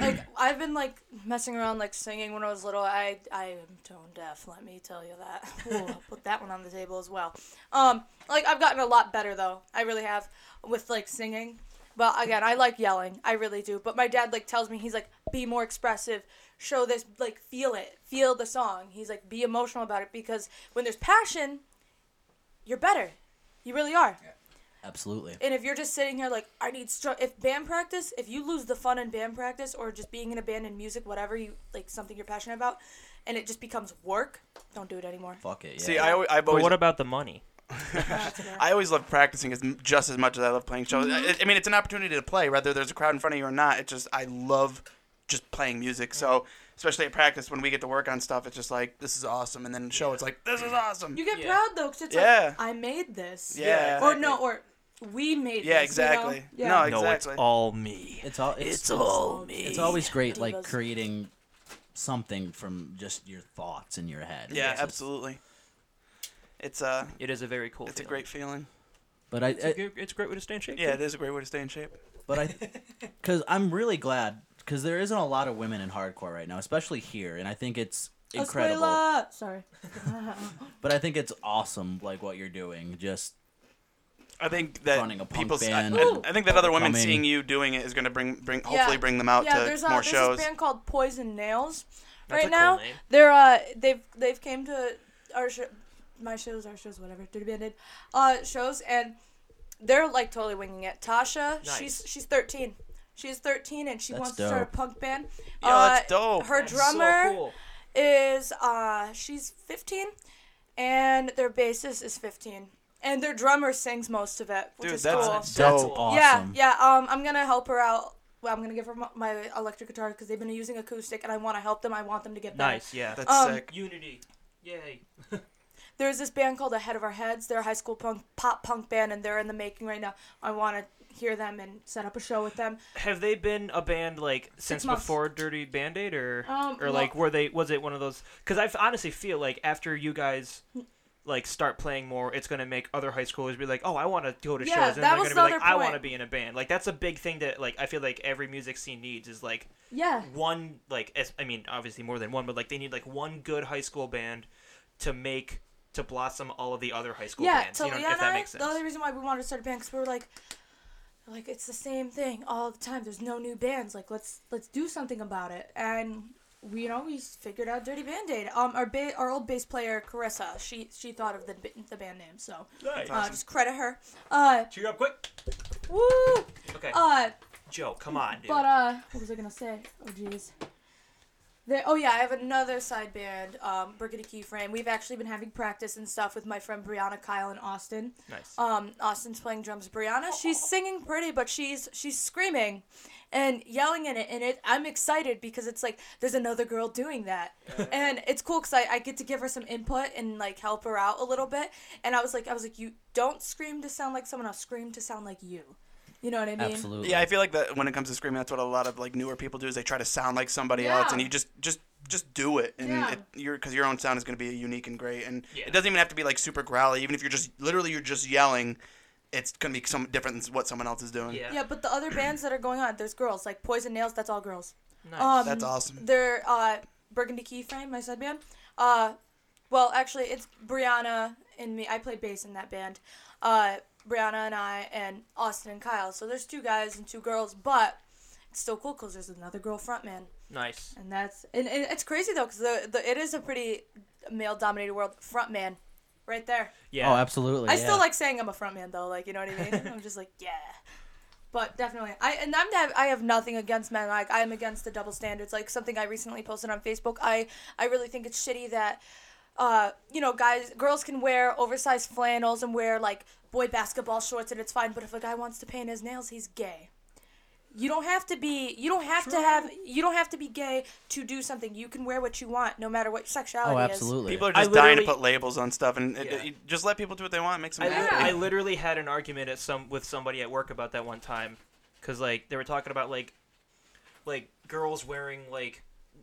S4: like I've been like messing around like singing when I was little. I I am tone deaf. Let me tell you that. Ooh, I'll put that one on the table as well. Um, like I've gotten a lot better though. I really have with like singing. But again, I like yelling. I really do. But my dad like tells me he's like be more expressive. Show this like feel it. Feel the song. He's like be emotional about it because when there's passion, you're better. You really are.
S2: absolutely,
S4: And if you're just sitting here like, I need str If band practice, if you lose the fun in band practice or just being in a band and music, whatever you like, something you're passionate about, and it just becomes work, don't do it anymore.
S2: fuck it. Yeah.
S1: See, I, alwa- I've
S3: But
S1: always
S3: what about the money?
S1: I always love practicing as just as much as I love playing shows. I, I mean, it's an opportunity to play, whether there's a crowd in front of you or not. It's just I love just playing music. So especially at practice when we get to work on stuff, it's just like this is awesome, and then the show it's like this is awesome.
S4: You get
S3: Yeah.
S4: proud though, because it's
S1: Yeah.
S4: like, I made this.
S1: yeah,
S4: Or no, or we
S1: yeah,
S4: made this. you know?
S1: exactly.
S4: Yeah.
S1: No,
S3: No, it's
S1: exactly.
S3: all me.
S2: it's all it's,
S3: It's all me.
S2: it's always great like
S4: Divas.
S2: creating something from just your thoughts in your head.
S1: yeah,
S2: It's just-
S1: absolutely. It's a
S3: It is a very cool.
S1: it's a
S3: feeling.
S1: great feeling.
S2: But I,
S3: It's a, good- it's a great way to stay in shape.
S1: Yeah,
S3: too.
S1: it is a great way to stay in shape.
S2: But I, because I'm really glad, because there isn't a lot of women in hardcore right now, especially here, and I think it's incredible.
S4: Escuela. Sorry.
S2: But I think it's awesome, like what you're doing. Just
S1: I think that
S2: Running a punk
S1: people. I-
S2: band.
S1: I, I think that other women
S2: Overcoming.
S1: seeing you doing it is going to bring bring hopefully
S4: Yeah.
S1: bring them out
S4: yeah,
S1: to
S4: there's, uh,
S1: more
S4: there's
S1: shows.
S4: this band called Poison Nails.
S3: That's a
S4: right
S3: cool
S4: now,
S3: name.
S4: they're uh they've they've came to our show, my shows, our shows, whatever, dirty banded, uh shows, and they're like totally winging it. Tasha,
S3: Nice.
S4: she's she's 13. She's 13 and she
S2: That's
S4: wants to start a
S2: dope.
S4: punk band.
S1: Yo,
S4: uh,
S1: that's dope.
S4: Her
S3: That's so
S4: drummer
S3: cool.
S4: is uh she's 15, and their bassist is 15, and their drummer sings most of it, which
S1: Dude,
S4: is
S1: that's
S4: cool.
S2: that's
S1: Dope.
S2: awesome.
S4: Yeah, yeah. Um, I'm gonna help her out. Well, I'm gonna give her my, my electric guitar because they've been using acoustic, and I want to help them. I want them to get better.
S3: Nice. Yeah.
S1: That's
S4: Um,
S1: sick.
S3: Unity. Yay.
S4: There's this band called Ahead of Our Heads. They're a high school punk pop punk band, and they're in the making right now. I want to hear them and set up a show with them.
S3: Have they been a band like since
S4: months.
S3: before Dirty Band-Aid or
S4: Um,
S3: or
S4: no.
S3: like were they was it one of those cuz I honestly feel like after you guys like start playing more it's going to make other high schoolers be like, "Oh, I want to go to
S4: Yeah,
S3: shows." And
S4: that
S3: they're gonna
S4: was the
S3: be like,
S4: other
S3: "I
S4: point.
S3: want to be in a band." Like that's a big thing that like I feel like every music scene needs is like
S4: Yeah,
S3: one like as, I mean, obviously more than one, but like they need like one good high school band to make to blossom all of the other high school
S4: yeah.
S3: bands,
S4: to
S3: you know,
S4: Leah
S3: if
S4: and
S3: that
S4: I,
S3: makes sense.
S4: the only reason why we wanted to start a band because we were like, like it's the same thing all the time. There's no new bands. Like let's let's do something about it. And we you know we figured out Dirty Band Aid. Um, our ba- our old bass player Carissa, she she thought of the ba- the band name. So
S3: Nice.
S4: uh, just credit her. Uh,
S3: Cheer up quick.
S4: woo.
S3: Okay.
S4: Uh,
S3: Joe, come on, dude.
S4: But uh, what was I gonna say? Oh jeez. There, oh yeah, I have another side band, um, Burgundy Keyframe. We've actually been having practice and stuff with my friend Brianna, Kyle, and Austin.
S3: nice.
S4: Um, Austin's playing drums. Brianna, she's singing pretty, but she's she's screaming, and yelling in it. And it, I'm excited because it's like there's another girl doing that, and it's cool because I, I get to give her some input and like help her out a little bit. And I was like I was like you don't scream to sound like someone else, scream to sound like you. You know what I mean?
S2: Absolutely.
S1: Yeah, I feel like that when it comes to screaming, that's what a lot of like newer people do is they try to sound like somebody
S4: Yeah.
S1: else, and you just just just do it, and
S4: Yeah.
S1: it, you because your own sound is going to be unique and great, and
S3: Yeah.
S1: it doesn't even have to be like super growly. Even if you're just literally you're just yelling, it's going to be some different than what someone else is doing.
S3: yeah.
S4: Yeah, but the other bands that are going on, there's girls like Poison Nails. That's all girls.
S3: Nice.
S4: Um,
S1: That's awesome.
S4: They're uh, Burgundy Keyframe, my side band. Uh, well, actually, it's Brianna and me. I played bass in that band. Uh, Brianna and I and Austin and Kyle. So there's two guys and two girls, but it's still cool because there's another girl frontman,
S3: nice.
S4: and that's and, and it's crazy though because the, the it is a pretty male-dominated world. Frontman, right there.
S3: Yeah.
S2: Oh, absolutely.
S4: I
S2: yeah.
S4: still like saying I'm a frontman though, like you know what I mean. I'm just like yeah, but definitely I and I'm not, I have nothing against men. Like I'm against the double standards. Like something I recently posted on Facebook. I I really think it's shitty that uh you know guys girls can wear oversized flannels and wear like boy basketball shorts and it's fine. But if a guy wants to paint his nails, he's gay. You don't have to be. You don't have to have. You don't have to be gay to do something. You can wear what you want, no matter what your sexuality
S2: Oh,
S4: is.
S2: absolutely.
S1: People are
S3: I
S1: just dying to
S3: literally-
S1: put labels on stuff, and it,
S3: Yeah.
S1: you just let people do what they want. Make
S3: I,
S1: some.
S3: li-
S4: Yeah.
S3: I literally had an argument at some with somebody at work about that one time, because like they were talking about like, like girls wearing like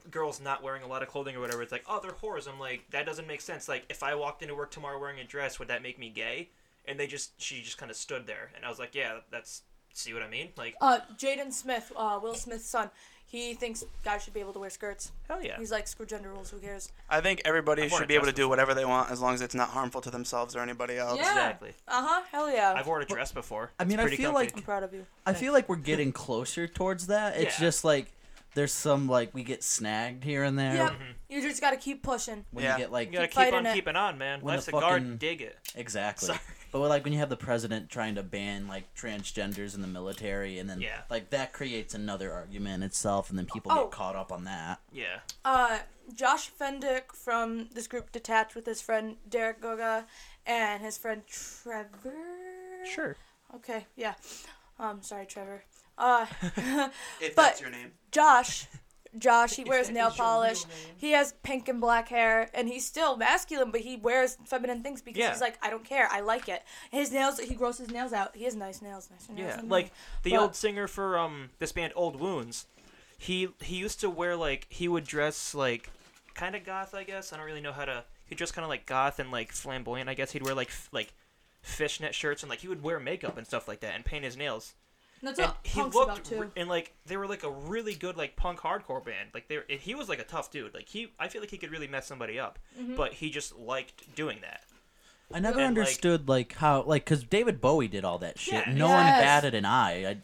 S3: girls not wearing a lot of clothing or whatever. It's like oh they're whores. I'm like that doesn't make sense. Like if I walked into work tomorrow wearing a dress, would that make me gay? And they just she just kind of stood there, and I was like yeah that's see what I mean like
S4: Uh, Jaden Smith, uh, Will Smith's son, he thinks guys should be able to wear skirts.
S3: hell yeah
S4: He's like, screw gender rules, who cares?
S1: I think everybody
S3: I've worn
S1: should
S3: a
S1: be able to
S3: dress
S1: do whatever they want as long as it's not harmful to themselves or anybody else.
S3: exactly.
S4: Uh huh, hell yeah.
S3: I've worn a dress before.
S2: I mean,
S3: It's
S2: I
S3: pretty
S2: feel
S3: comfy.
S2: like-
S4: I'm proud of you.
S2: I feel like we're getting closer towards that. It's
S3: Yeah.
S2: just like there's some like we get snagged here and there
S4: Yep,
S3: Mm-hmm.
S4: you just gotta keep pushing.
S2: when
S1: Yeah.
S2: you get
S3: you
S2: like
S3: gotta
S4: Keep
S3: keep
S4: fighting
S3: on
S4: it.
S3: keeping on, man.
S2: When
S3: Life's a
S2: the
S3: garden,
S2: fucking-
S3: dig it.
S2: exactly.
S3: Sorry.
S2: But like when you have the president trying to ban like transgenders in the military and then
S3: Yeah.
S2: like that creates another argument in itself and then people
S4: Oh.
S2: get caught up on that.
S3: Yeah.
S4: Uh, Josh Fendick from this group Detached with his friend Derek Goga and his friend Trevor.
S3: Sure.
S4: Okay, yeah. Um, sorry, Trevor. Uh,
S1: If
S4: But-
S1: that's your name.
S4: Josh. Josh, he
S3: If
S4: wears
S3: that
S4: nail
S3: is your
S4: polish.
S3: real name.
S4: He has pink and black hair, and he's still masculine, but he wears feminine things because
S3: Yeah.
S4: he's like, I don't care, I like it. His nails, he grows his nails out. He has nice nails, nice nails.
S3: Yeah,
S4: than
S3: like
S4: me.
S3: the
S4: But-
S3: old singer for um this band Old Wounds. He he used to wear like he would dress like kind of goth, I guess. I don't really know how to. He dressed kind of like goth and like flamboyant. I guess he'd wear like f- like fishnet shirts and like he would wear makeup and stuff like that and paint his nails.
S4: That's
S3: And
S4: what
S3: he
S4: punk's about
S3: looked
S4: too.
S3: re- and like they were like a really good like punk hardcore band. Like they were- and he was like a tough dude. Like he I feel like he could really mess somebody up,
S4: Mm-hmm.
S3: but he just liked doing that.
S2: I never
S3: And, like-
S2: understood like, how like because David Bowie did all that shit.
S3: Yeah.
S2: No
S4: Yes.
S2: one batted an eye. I,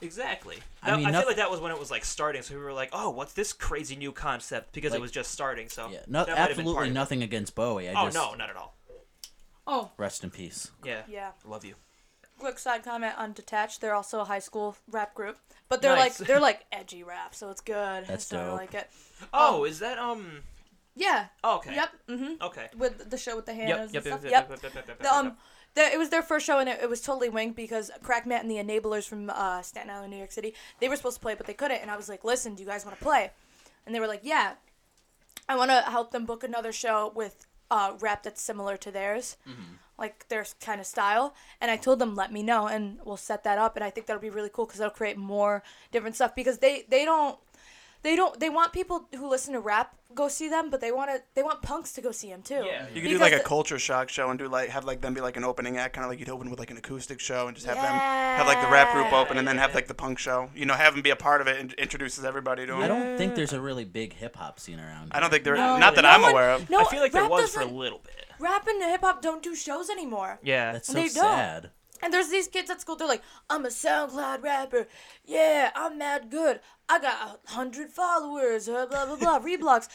S3: Exactly.
S2: I
S3: I,
S2: mean,
S3: I feel
S2: noth-
S3: like that was when it was like starting, so we were like, "Oh, what's this crazy new concept?" Because it
S2: Like-
S3: was just starting. So
S2: yeah, no,
S3: that might have been part
S2: absolutely
S3: of it.
S2: nothing against Bowie. I
S3: Oh
S2: just,
S3: no, not at all.
S4: Oh,
S2: Rest in peace.
S3: Yeah.
S4: yeah.
S3: Love you.
S4: Quick side comment on Detached. They're also a high school rap group, but they're
S3: Nice.
S4: like they're like edgy rap, so it's good.
S2: That's
S4: so I
S2: dope.
S4: like it.
S3: Oh, is that um?
S4: Yeah.
S3: oh, okay.
S4: Yep. Mm-hmm.
S3: Okay.
S4: With the show with the
S3: Yep.
S4: handles
S3: Yep.
S4: and
S3: Yep.
S4: stuff.
S3: Yep. Yep. Yep. yep,
S4: The, um,
S3: yep.
S4: the, it was their first show, and it, it was totally winged because Crack Matt and the Enablers from uh, Staten Island, New York City, they were supposed to play, but they couldn't. And I was like, "Listen, do you guys want to play?" And they were like, "Yeah." I want to help them book another show with uh, rap that's similar to theirs,
S1: Mm-hmm.
S4: like their kind of style. And I told them, let me know, and we'll set that up. And I think that'll be really cool because that'll create more different stuff because they they don't they don't they want people who listen to rap go see them, but they want to they want punks to go see them too.
S3: Yeah.
S1: You could do
S4: Because
S1: like a
S4: the-
S1: culture shock show and do like have like them be like an opening act, kind of like you'd open with like an acoustic show and just have them have like the rap group
S4: Yeah.
S1: open and then have like the punk show. You know, have them be a part of it and introduces everybody to them.
S2: I don't think there's a really big hip hop scene around.
S1: I don't think there.
S4: Oh, No.
S1: not that
S3: No
S1: I'm
S4: one-
S1: aware of.
S4: No,
S3: I feel like there
S4: rap
S3: was for a
S4: doesn't-
S3: little bit.
S4: Rap and hip hop don't do shows anymore.
S3: Yeah.
S2: That's so
S4: They don't.
S2: sad.
S4: And there's these kids at school. They're like, "I'm a SoundCloud rapper. Yeah, I'm mad good. I got a hundred followers. uh, Blah blah blah. Reblogs.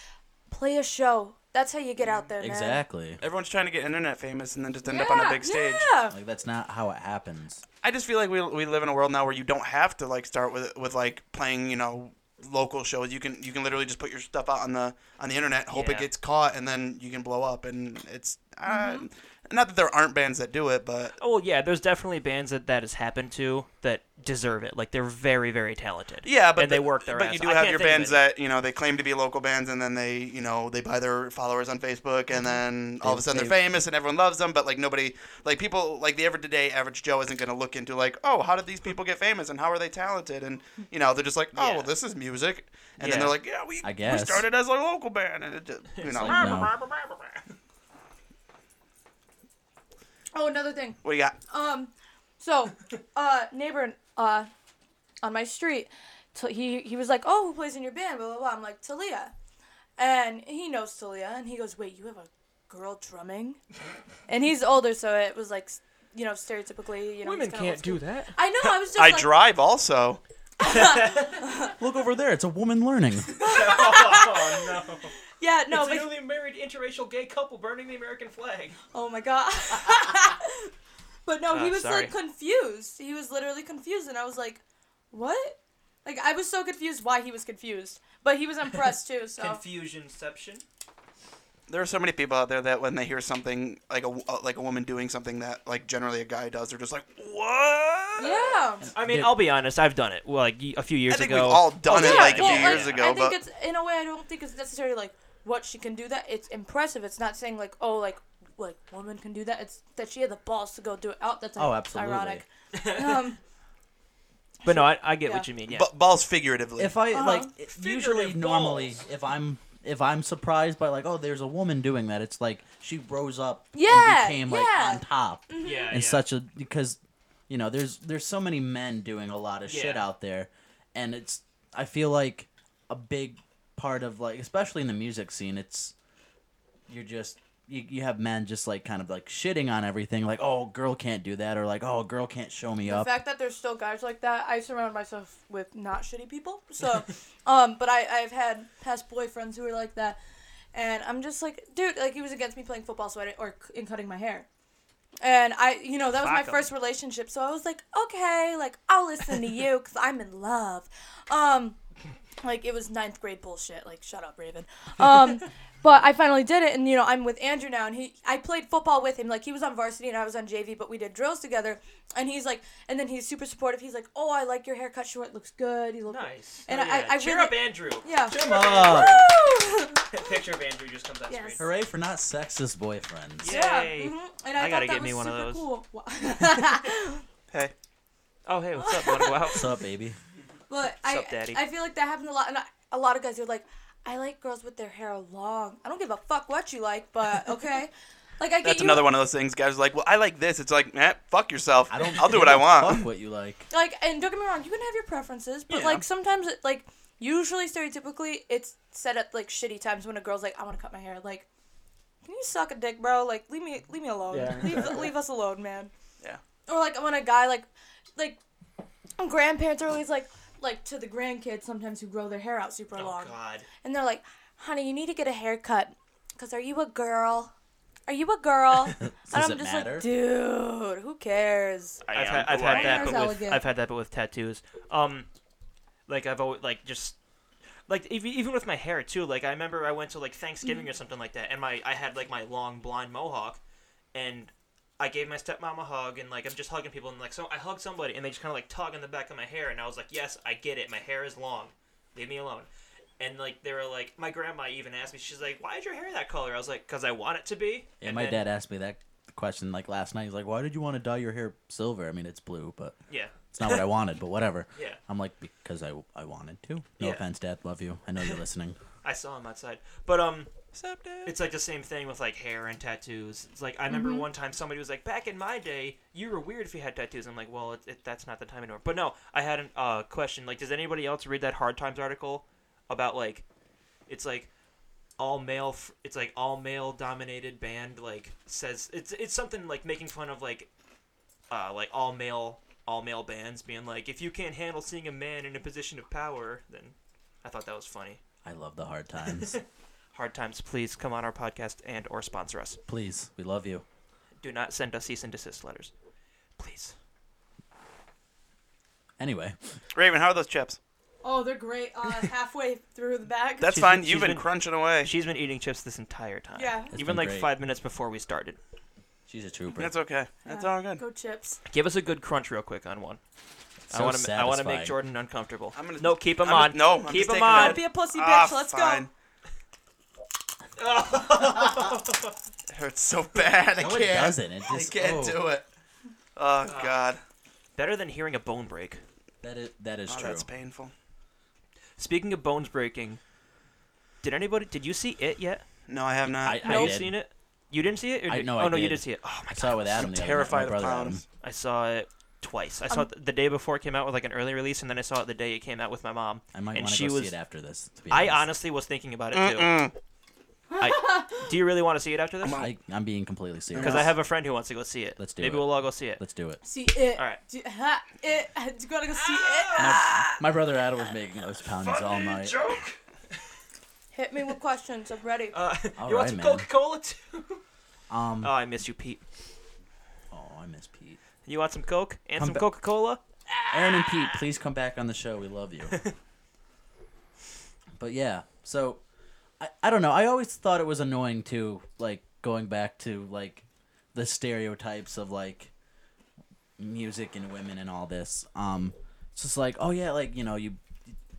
S4: Play a show. That's how you get out there, man.
S2: Exactly.
S1: Everyone's trying to get internet famous and then just end up on a
S4: Yeah,
S1: big stage.
S4: Yeah.
S2: Like that's not how it happens.
S1: I just feel like we, we live in a world now where you don't have to like start with with like playing you know local shows. You can you can literally just put your stuff out on the on the internet, hope it
S3: Yeah.
S1: gets caught, and then you can blow up. And it's uh,
S4: Mm-hmm.
S1: not that there aren't bands that do it, but
S3: Oh well, yeah, there's definitely bands that that has happened to that deserve it. Like they're very, very talented.
S1: Yeah, but
S3: and they
S1: the-
S3: work their
S1: But
S3: ass
S1: you do
S3: off. I
S1: have
S3: can't
S1: your
S3: think of
S1: bands
S3: any.
S1: that you know they claim to be local bands, and then they you know they buy their followers on Facebook,
S3: Mm-hmm.
S1: and then all of a sudden
S2: they-
S1: they're famous and everyone loves them. But like nobody, like people, like the every day average Joe isn't going to look into like, oh, how did these people get famous and how are they talented? And you know they're just like, oh,
S3: Yeah.
S1: well, this is music, and then
S3: Yeah.
S1: they're like, yeah, we,
S2: I guess.
S1: we started as a local band, and it just, you know.
S2: like, no.
S4: Oh, another thing.
S1: What do you got?
S4: Um, so, uh, neighbor, uh, on my street, t- he he was like, "Oh, who plays in your band?" Blah blah blah. I'm like Talia, and he knows Talia, and he goes, "Wait, you have a girl drumming?" and he's older, so it was like, s- you know, stereotypically, you know,
S3: Women can't do
S4: That.
S3: that.
S4: I know. I was just
S1: I
S4: like,
S1: drive also.
S2: Look over there. It's a woman learning.
S3: oh no!
S4: yeah, no, but
S3: newly married interracial gay couple burning the American flag.
S4: Oh my god. but no, he
S3: Uh,
S4: was
S3: sorry.
S4: like confused. He was literally confused and I was like, "What?" Like I was so confused why he was confused, but he was impressed too, so
S3: Confusionception.
S1: There are so many people out there that when they hear something like a uh, like a woman doing something that like generally a guy does, they're just like, what?
S4: yeah.
S3: I mean,
S2: Did-
S3: I'll be honest. I've done it. Well, like y- a few years
S1: I think
S3: ago.
S1: we've all done
S3: Oh,
S1: it
S3: yeah,
S1: like
S3: well,
S1: a few years
S4: I,
S1: ago,
S4: I think
S1: but
S4: it's in a way I don't think it's necessarily like what she can do that. It's impressive. It's not saying like, "Oh, like like woman can do that." It's that she had the balls to go do it. Oh, that's
S2: Oh,
S4: ironic. Um
S3: But no, I, I get
S4: Yeah.
S3: what you mean. Yeah.
S1: ba- balls figuratively.
S2: If I
S4: Uh-huh.
S2: like, it- usually
S3: Figurative
S2: normally,
S3: balls.
S2: if I'm if I'm surprised by like, oh, there's a woman doing that. It's like she rose up.
S4: Yeah,
S2: And became like
S4: yeah.
S2: on top.
S3: yeah.
S2: and such a because you know there's there's so many men doing a lot of shit
S3: Yeah.
S2: out there and it's i feel like a big part of like especially in the music scene it's you're just you, you have men just like kind of like shitting on everything like oh girl can't do that or like oh girl can't show me
S4: The
S2: up
S4: fact that there's still guys like that, I surround myself with not shitty people. So, um, but I, I've had past boyfriends who are like that, and I'm just like, dude, like he was against me playing football, so I didn't, or c- in cutting my hair. And I, you know, that was my
S3: Fuck 'em.
S4: first relationship, so I was like, okay, like I'll listen to you because I'm in love. Um, like it was ninth grade bullshit. Like shut up, Raven. Um, but I finally did it, and you know I'm with Andrew now, and he I played football with him. Like he was on varsity and I was on JV, but we did drills together. And he's like, and then he's super supportive. He's like, oh, I like your haircut short. Looks good. You look
S3: Nice.
S4: And
S3: Oh,
S4: I-
S3: yeah.
S4: I
S3: cheer
S4: really-
S3: up, Andrew.
S4: Yeah.
S3: Cheer up,
S2: Fuck.
S4: Woo!
S3: Andrew. Picture of Andrew just comes out
S4: Yes.
S3: screen.
S2: hooray for not sexist boyfriends
S4: yeah.
S3: Yay.
S4: hmm And I,
S3: I gotta
S4: thought that
S3: get me
S4: was
S3: one of
S4: super
S3: those.
S4: cool. Wa-
S1: hey,
S3: Oh hey, what's up? Wanna go out?
S2: what's up baby
S4: but I,
S3: up, Daddy?
S4: I feel like that happens a lot, and I, a lot of guys are like, I like girls with their hair long. I don't give a fuck what you like, but okay. Like I get
S1: that's
S4: you.
S1: another one of those things. Guys are like, well, I like this. It's like, eh, fuck yourself.
S2: i don't
S1: I'll do what I
S2: fuck
S1: want.
S2: what you like
S4: like and don't get me wrong you can have your preferences but
S3: Yeah.
S4: like sometimes it, like usually stereotypically it's set at like shitty times when a girl's like i want to cut my hair like can you suck a dick bro like leave me leave me alone
S3: Yeah.
S4: leave, leave us alone man
S1: Yeah.
S4: or like when a guy like like grandparents are always like like to the grandkids sometimes who grow their hair out super long
S3: Oh God.
S4: and they're like honey you need to get a haircut because are you a girl are you a girl and
S2: does
S4: i'm
S2: it
S4: just
S2: matter
S4: like dude who cares
S1: I
S3: I've
S1: am
S3: had,
S1: who
S3: I've
S1: I
S3: had
S1: am.
S3: that, but
S4: Hair's
S3: with,
S4: elegant.
S3: I've had that, but with tattoos. Um, like I've always like just like even even with my hair too. Like I remember I went to like Thanksgiving or something like that, and my I had like my long blonde mohawk, and I gave my stepmom a hug, and like I'm just hugging people, and like so I hugged somebody, and they just kind of like tug on the back of my hair, and I was like, yes, I get it, my hair is long, leave me alone. and like they were like, my grandma even asked me, she's like, "Why is your hair that color?" I was like, "Cause I want it to be."
S2: Yeah,
S3: And
S2: my
S3: then-
S2: dad asked me that question like last night. He's like, "Why did you want to dye your hair silver? I mean, it's blue, but
S3: Yeah,
S2: it's not what I wanted. But whatever."
S3: Yeah.
S2: I'm like, "Because I, I wanted to." No
S3: Yeah.
S2: offense, Dad. Love you. I know you're listening.
S3: I saw him outside, but um,
S2: Sup, Dad?
S3: it's like the same thing with like hair and tattoos. It's like I remember one time somebody was like, "Back in my day, you were weird if you had tattoos." I'm like, "Well, it, it, that's not the time anymore." But no, I had a uh, question. Like, does anybody else read that Hard Times article about like, it's like all male. f- It's like all male dominated band. Like says it's it's something like making fun of like, uh, like all male all male bands being like, if you can't handle seeing a man in a position of power, then I thought that was funny.
S2: I love the hard times.
S3: Hard Times, please come on our podcast and or sponsor us.
S2: Please, we love you.
S3: Do not send us cease and desist letters. Please.
S2: Anyway,
S1: Raven, how are those chips?
S4: Oh, they're great. Uh, halfway through the bag.
S1: That's
S3: She's
S1: fine.
S3: been-
S1: You've
S3: she's
S1: been,
S3: been-
S1: crunching away.
S3: She's been eating chips this entire time.
S4: yeah.
S2: It's
S3: Even
S2: been
S3: like
S2: great.
S3: five minutes before we started.
S2: she's a trooper.
S1: That's okay. That's
S4: Yeah.
S1: all good.
S4: Go chips.
S3: Give us a good crunch real quick on one.
S2: So
S3: I want to. I want to
S2: satisfying.
S3: make Jordan uncomfortable.
S1: I'm gonna-
S3: no, keep him
S1: I'm
S3: on.
S1: just- no, I'm
S3: keep
S1: just
S3: him
S1: taking
S3: on.
S4: Don't be a pussy bitch.
S1: Ah,
S4: Let's
S1: fine.
S4: go.
S1: It hurts so bad. I
S2: No,
S1: can't.
S2: it doesn't. It
S1: I
S2: just
S1: can't
S2: oh,
S1: do it. Oh God.
S3: Better than hearing a bone break.
S2: That is that is
S1: Oh,
S2: true.
S1: that's painful.
S3: Speaking of bones breaking, did anybody? Did you see it yet?
S1: No, I have not.
S2: I-
S3: Have you
S2: did.
S3: seen it? You didn't see it? Or
S2: I-
S3: did-
S2: no,
S3: oh
S2: I
S3: no, you
S2: did.
S3: did see it. Oh my
S2: I
S3: god,
S2: saw it with Adam. the other night, my
S1: terrified of
S2: brother Adam.
S1: clowns.
S3: I saw it twice. I saw
S1: Um,
S3: it th- the day before it came out with like an early release, and then I saw it the day it came out with my mom.
S2: I might
S3: and
S2: want to
S3: she
S2: go
S3: was.
S2: see it after this. To be
S3: I
S2: honest.
S3: honestly was thinking about it
S1: Mm.
S3: too. I, do you really want to see it after this?
S2: I, I'm being completely serious.
S3: Because I have a friend who wants to go see it.
S2: Let's do
S3: Maybe
S2: it.
S3: we'll all go see it.
S2: Let's do it.
S4: See it.
S3: All right. Ah!
S4: Do, ha, it. You gotta go see it.
S2: My, my brother Adam was making those pounds all night.
S4: Hit me with questions. I'm ready.
S3: Uh,
S2: All
S3: you
S2: right,
S3: want some
S2: man.
S3: Coca Cola too?
S2: Um.
S3: Oh, I miss you, Pete.
S2: Oh, I miss Pete.
S3: You want some Coke and
S2: Come
S3: some
S2: ba-
S3: Coca Cola?
S2: Aaron and
S4: Ah.
S2: Pete, please come back on the show. We love you. but yeah, so I, I don't know. I always thought it was annoying too, like going back to like the stereotypes of like music and women and all this. Um, it's just like, oh yeah, like you know you.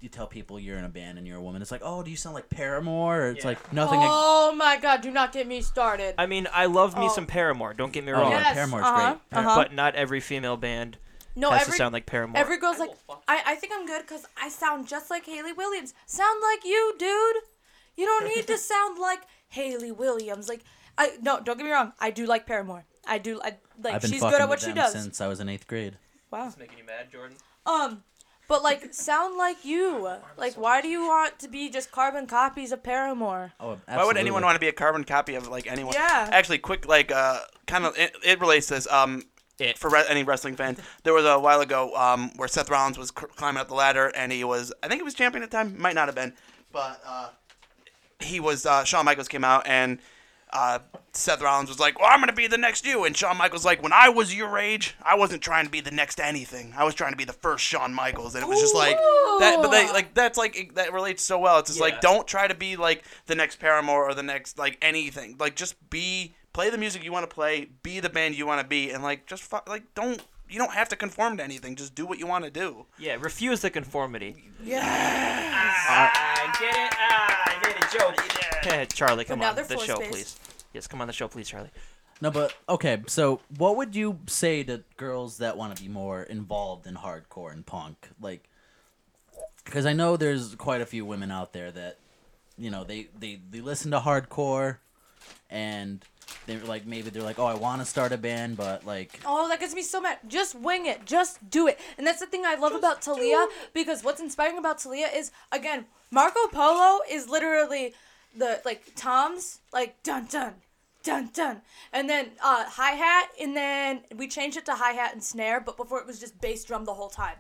S2: You tell people you're in a band and you're a woman. It's like, oh, do you sound like Paramore? Or it's
S3: Yeah.
S2: like nothing. ag-
S4: oh my god! Do not get me started.
S3: I mean, I love me
S4: Oh.
S3: some Paramore. Don't get me
S2: Oh,
S3: wrong.
S2: yeah,
S4: Yes,
S2: Paramore's
S4: uh-huh,
S2: great. Par-
S4: uh-huh.
S3: But not every female band
S4: no,
S3: has
S4: every
S3: to sound like Paramore.
S4: every girl's like, I, I think I'm good because I sound just like Haley Williams. Sound like you, dude. You don't need to sound like Haley Williams. Like, I no, don't get me wrong. I do like Paramore. I do. I like.
S2: I've been
S4: she's
S2: fucking
S4: good at
S2: with
S4: what she
S2: them
S4: does.
S2: since I was in eighth grade.
S4: wow.
S3: making you mad, Jordan.
S4: Um, but like, sound like you. Like, why do you want to be just carbon copies of Paramore?
S2: Oh, absolutely.
S1: Why would anyone want to be a carbon copy of like anyone?
S4: Yeah.
S1: Actually, quick, like, uh, kind of, it, it relates to this. Um,
S3: It.
S1: for re- any wrestling fan, there was a while ago, um, where Seth Rollins was cr- climbing up the ladder, and he was, I think he was champion at the time, might not have been, but uh, he was. Uh, Shawn Michaels came out and. Uh, Seth Rollins was like, "Well, I'm gonna be the next you," and Shawn Michaels like, "When I was your age, I wasn't trying to be the next anything. I was trying to be the first Shawn Michaels." And it was just like that. But they,
S4: Ooh.
S1: like that's like that relates so well. It's just
S3: Yeah.
S1: like don't try to be like the next Paramore or the next like anything. Like just be play the music you want to play, be the band you want to be, and like just fu- like don't you don't have to conform to anything. Just do what you want to do.
S3: Yeah, refuse the conformity. Ah,
S1: Yeah.
S3: I get it. Ah, I made a joke. Charlie, come on
S4: Another
S3: the
S4: floor
S3: show,
S4: space.
S3: please. Yes, come on the show, please, Charlie.
S2: No, but okay. So, what would you say to girls that want to be more involved in hardcore and punk? Like, because I know there's quite a few women out there that, you know, they they they listen to hardcore, and they're like maybe they're like, oh, I want to start a band, but like,
S4: Oh, that gets me so mad. Just wing it. Just do it. And that's the thing I love about Talia because what's inspiring about Talia is again, Marco Polo is literally the like toms like dun dun dun dun and then uh hi hat and then we changed it to hi hat and snare, but before it was just bass drum the whole time.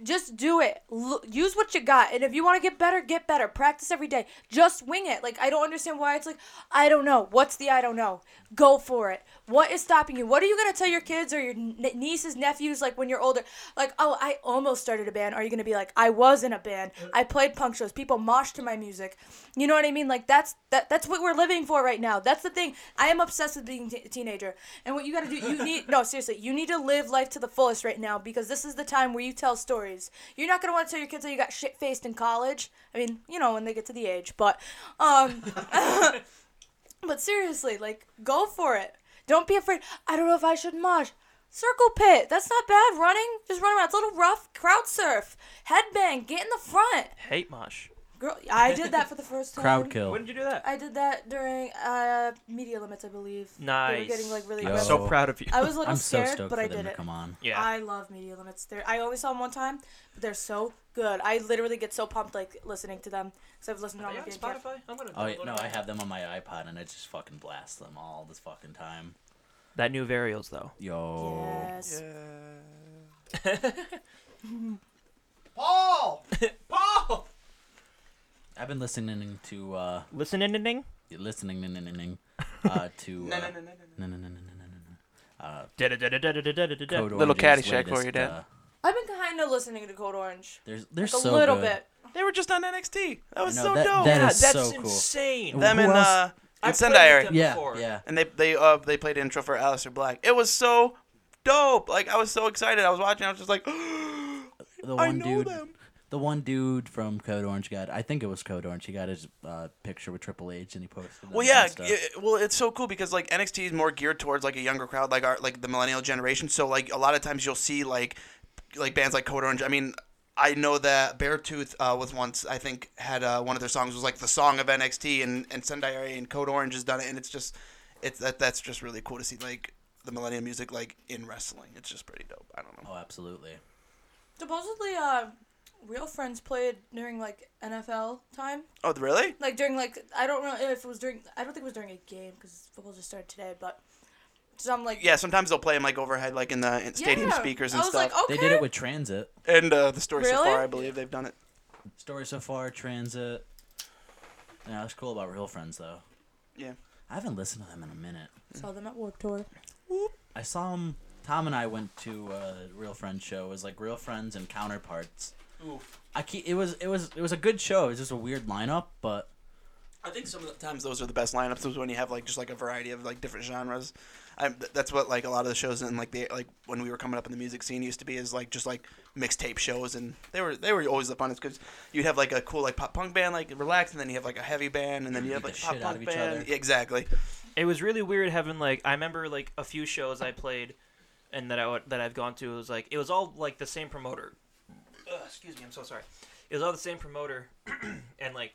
S4: Just do it. L- use what you got. And if you want to get better, get better. Practice every day. Just wing it. Like, I don't understand why it's like, I don't know. What's the I don't know? Go for it. What is stopping you? What are you going to tell your kids or your n- nieces, nephews, like when you're older? Like, oh, I almost started a band. Are you going to be like, I was in a band. I played punk shows. People moshed to my music. You know what I mean? Like, that's that, that's what we're living for right now. That's the thing. I am obsessed with being t- a teenager. And what you got to do, you need, no, seriously, you need to live life to the fullest right now because this is the time where you tell stories stories. You're not gonna want to tell your kids that you got shit faced in college. I mean, you know, when they get to the age, but um, but seriously, like, go for it. Don't be afraid. I don't know if I should mosh. Circle pit. That's not bad. Running, just run around. It's a little rough. Crowd surf. Headbang. Get in the front.
S3: Hate mosh.
S4: Girl, I did that for the first time.
S2: Crowd kill.
S3: When did you do that?
S4: I did that during uh, media limits, I believe. They were
S3: Nice.
S4: getting like really.
S2: Yo.
S3: I'm
S4: aggressive.
S3: so proud of you.
S4: I was a little
S2: I'm so
S4: scared,
S2: stoked
S4: but
S2: for
S4: I
S2: them
S4: did
S2: to
S4: it.
S2: come on.
S3: yeah.
S4: I love media limits. They're, I only saw them one time, but they're so good. I literally get so pumped like listening to them because I've listened to
S3: Are
S4: all
S3: you
S4: my
S3: on
S4: game camp.
S3: Spotify? I'm gonna.
S2: Oh yeah,
S3: download
S2: no,
S3: it.
S2: I have them on my iPod and I just fucking blast them all the fucking time.
S3: that new Varials though.
S2: Yo.
S4: Yes.
S1: Paul!
S3: Paul.
S2: I've been listening to uh
S3: Listen in ding.
S2: listening nin- nin- nin- nin, uh to
S1: No,
S2: uh,
S1: no, no, no, no, no.
S2: no, no, no, no, no, no, no.
S3: Da-da-da-da-da-da-da-da-da.
S2: Code
S1: Little
S2: Orange's
S1: Caddyshack for
S2: latest,
S1: you, Dad.
S2: uh,
S4: I've been kind of listening to Code Orange.
S2: There's there's
S4: A
S2: so
S4: little
S2: good.
S4: bit.
S1: They were just on NXT. That was
S2: know,
S1: so
S2: that-
S1: dope.
S2: that
S3: God,
S2: is
S3: that's
S2: so cool.
S3: insane.
S2: Who
S1: them and
S2: else?
S1: uh,
S3: I
S1: and
S3: played with
S1: Sendai.
S3: them
S2: Yeah,
S3: before.
S2: yeah.
S1: and they they uh they played intro for Alistair Black. It was so dope. Like I was so excited. I was watching. I was just like,
S2: The
S1: I
S2: one
S1: know
S2: dude,
S1: them.
S2: the one dude from Code Orange got. I think it was Code Orange. He got his uh, picture with Triple H and he posted. it
S1: Well,
S2: and
S1: yeah.
S2: stuff.
S1: It, well, it's so cool because like NXT is more geared towards like a younger crowd, like our like the millennial generation. So like a lot of times you'll see like like bands like Code Orange. I mean. I know that Beartooth uh, was once, I think, had uh, one of their songs was like the song of NXT, and and Sendai Area and Code Orange has done it, and it's just, it's that that's just really cool to see like the millennial music like in wrestling. It's just pretty dope. I don't know.
S2: Oh, absolutely.
S4: Supposedly, uh, Real Friends played during like NFL time.
S1: Oh, really?
S4: like during like I don't know if it was during I don't think it was during a game because football just started today, but so I'm like
S1: Yeah, sometimes they'll play them like overhead, like in the in stadium
S4: yeah.
S1: speakers
S4: I
S1: and
S4: was
S1: stuff.
S4: Like, okay.
S2: They did it with Transit.
S1: and uh, the story so
S4: Really?
S1: far, I believe they've done it.
S2: Story so far, Transit. Yeah, that's cool about Real Friends though.
S1: Yeah.
S2: I haven't listened to them in a minute.
S4: saw them at Warped Tour.
S2: I saw him. Tom and I went to a Real Friends show. It was like Real Friends and Counterparts. I keep, it was it was it was a good show. It was just a weird lineup, but
S1: I think some of the times those are the best lineups. Is when you have like just like a variety of like different genres. I, th- that's what like a lot of the shows in like the like when we were coming up in the music scene used to be is like just like mixtape shows, and they were they were always the funnest because you'd have like a cool like pop punk band like relax, and then you have like a heavy band, and then you have
S2: the
S1: like
S2: shit
S1: pop
S2: out of
S1: punk
S2: each
S1: band.
S2: other.
S1: Yeah, exactly.
S3: It was really weird having like I remember like a few shows I played, and that I would- that I've gone to. It was like it was all like the same promoter. Ugh, excuse me, I'm so sorry. It was all the same promoter, and like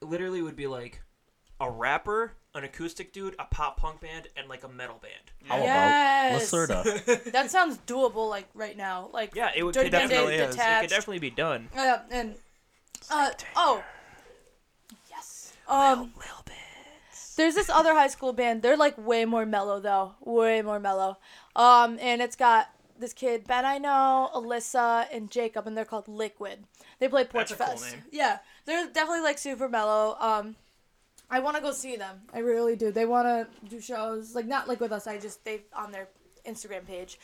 S3: literally would be like a rapper, an acoustic dude, a pop punk band, and like a metal band.
S2: how
S4: Yes.
S2: about Lacerda?
S4: That sounds doable like right now. Like
S3: Yeah, it would
S4: Dirty
S3: could definitely
S1: Bandit,
S3: is. It could
S4: Detached.
S3: definitely be done.
S4: uh, and uh oh yes um little, bit. There's this other high school band. They're like way more mellow though, way more mellow. Um and it's got this kid Ben I know, Alyssa, and Jacob, and they're called Liquid. They play Porch
S3: That's a cool
S4: Fest.
S3: name.
S4: Yeah, they're definitely like super mellow. Um, I want to go see them. I really do. They want to do shows like not like with us. I just they on their Instagram page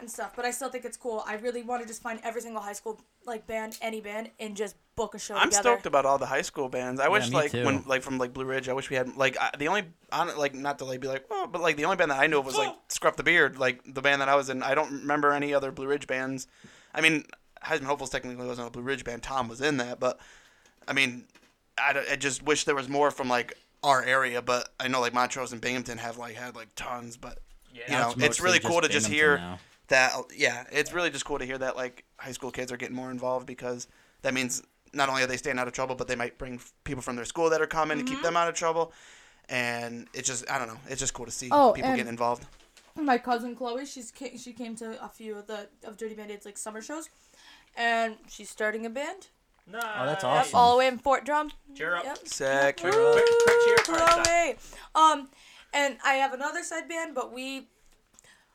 S4: and stuff. But I still think it's cool. I really want to just find every single high school like band, any band, and just book a show
S1: I'm
S4: together.
S1: stoked about all the high school bands. I wish
S2: me
S1: like
S2: too.
S1: when like from like Blue Ridge, I wish we had like I, the only on like not to like be like oh, but like the only band that I knew of was like Scruff the Beard, like the band that I was in. I don't remember any other Blue Ridge bands. I mean, Heisman Hopefuls technically wasn't a Blue Ridge band. Tom was in that, but I mean, I, don't- I just wish there was more from like our area. But I know like Montrose and Binghamton have like had like tons, but you
S2: Now
S1: know,
S2: it's
S1: it's really
S2: mostly
S1: cool to
S2: just
S1: just hear
S2: Binghamton now.
S1: that. Yeah, it's really just cool to hear that like high school kids are getting more involved because that means not only are they staying out of trouble, but they might bring f- people from their school that are coming
S4: Mm-hmm.
S1: to keep them out of trouble. And it's just I don't know, it's just cool to see
S4: Oh,
S1: people
S4: and-
S1: getting involved.
S4: my cousin Chloe, she's ca- she came to a few of the of Dirty Bandits like summer shows, and she's starting a band
S3: No,
S2: Oh, that's awesome.
S4: all the way in Fort Drum.
S3: Cheer up.
S4: Yep.
S1: Sick.
S4: Woo,
S3: Quick- quick cheer for us.
S4: Chloe. Um, and I have another side band, but we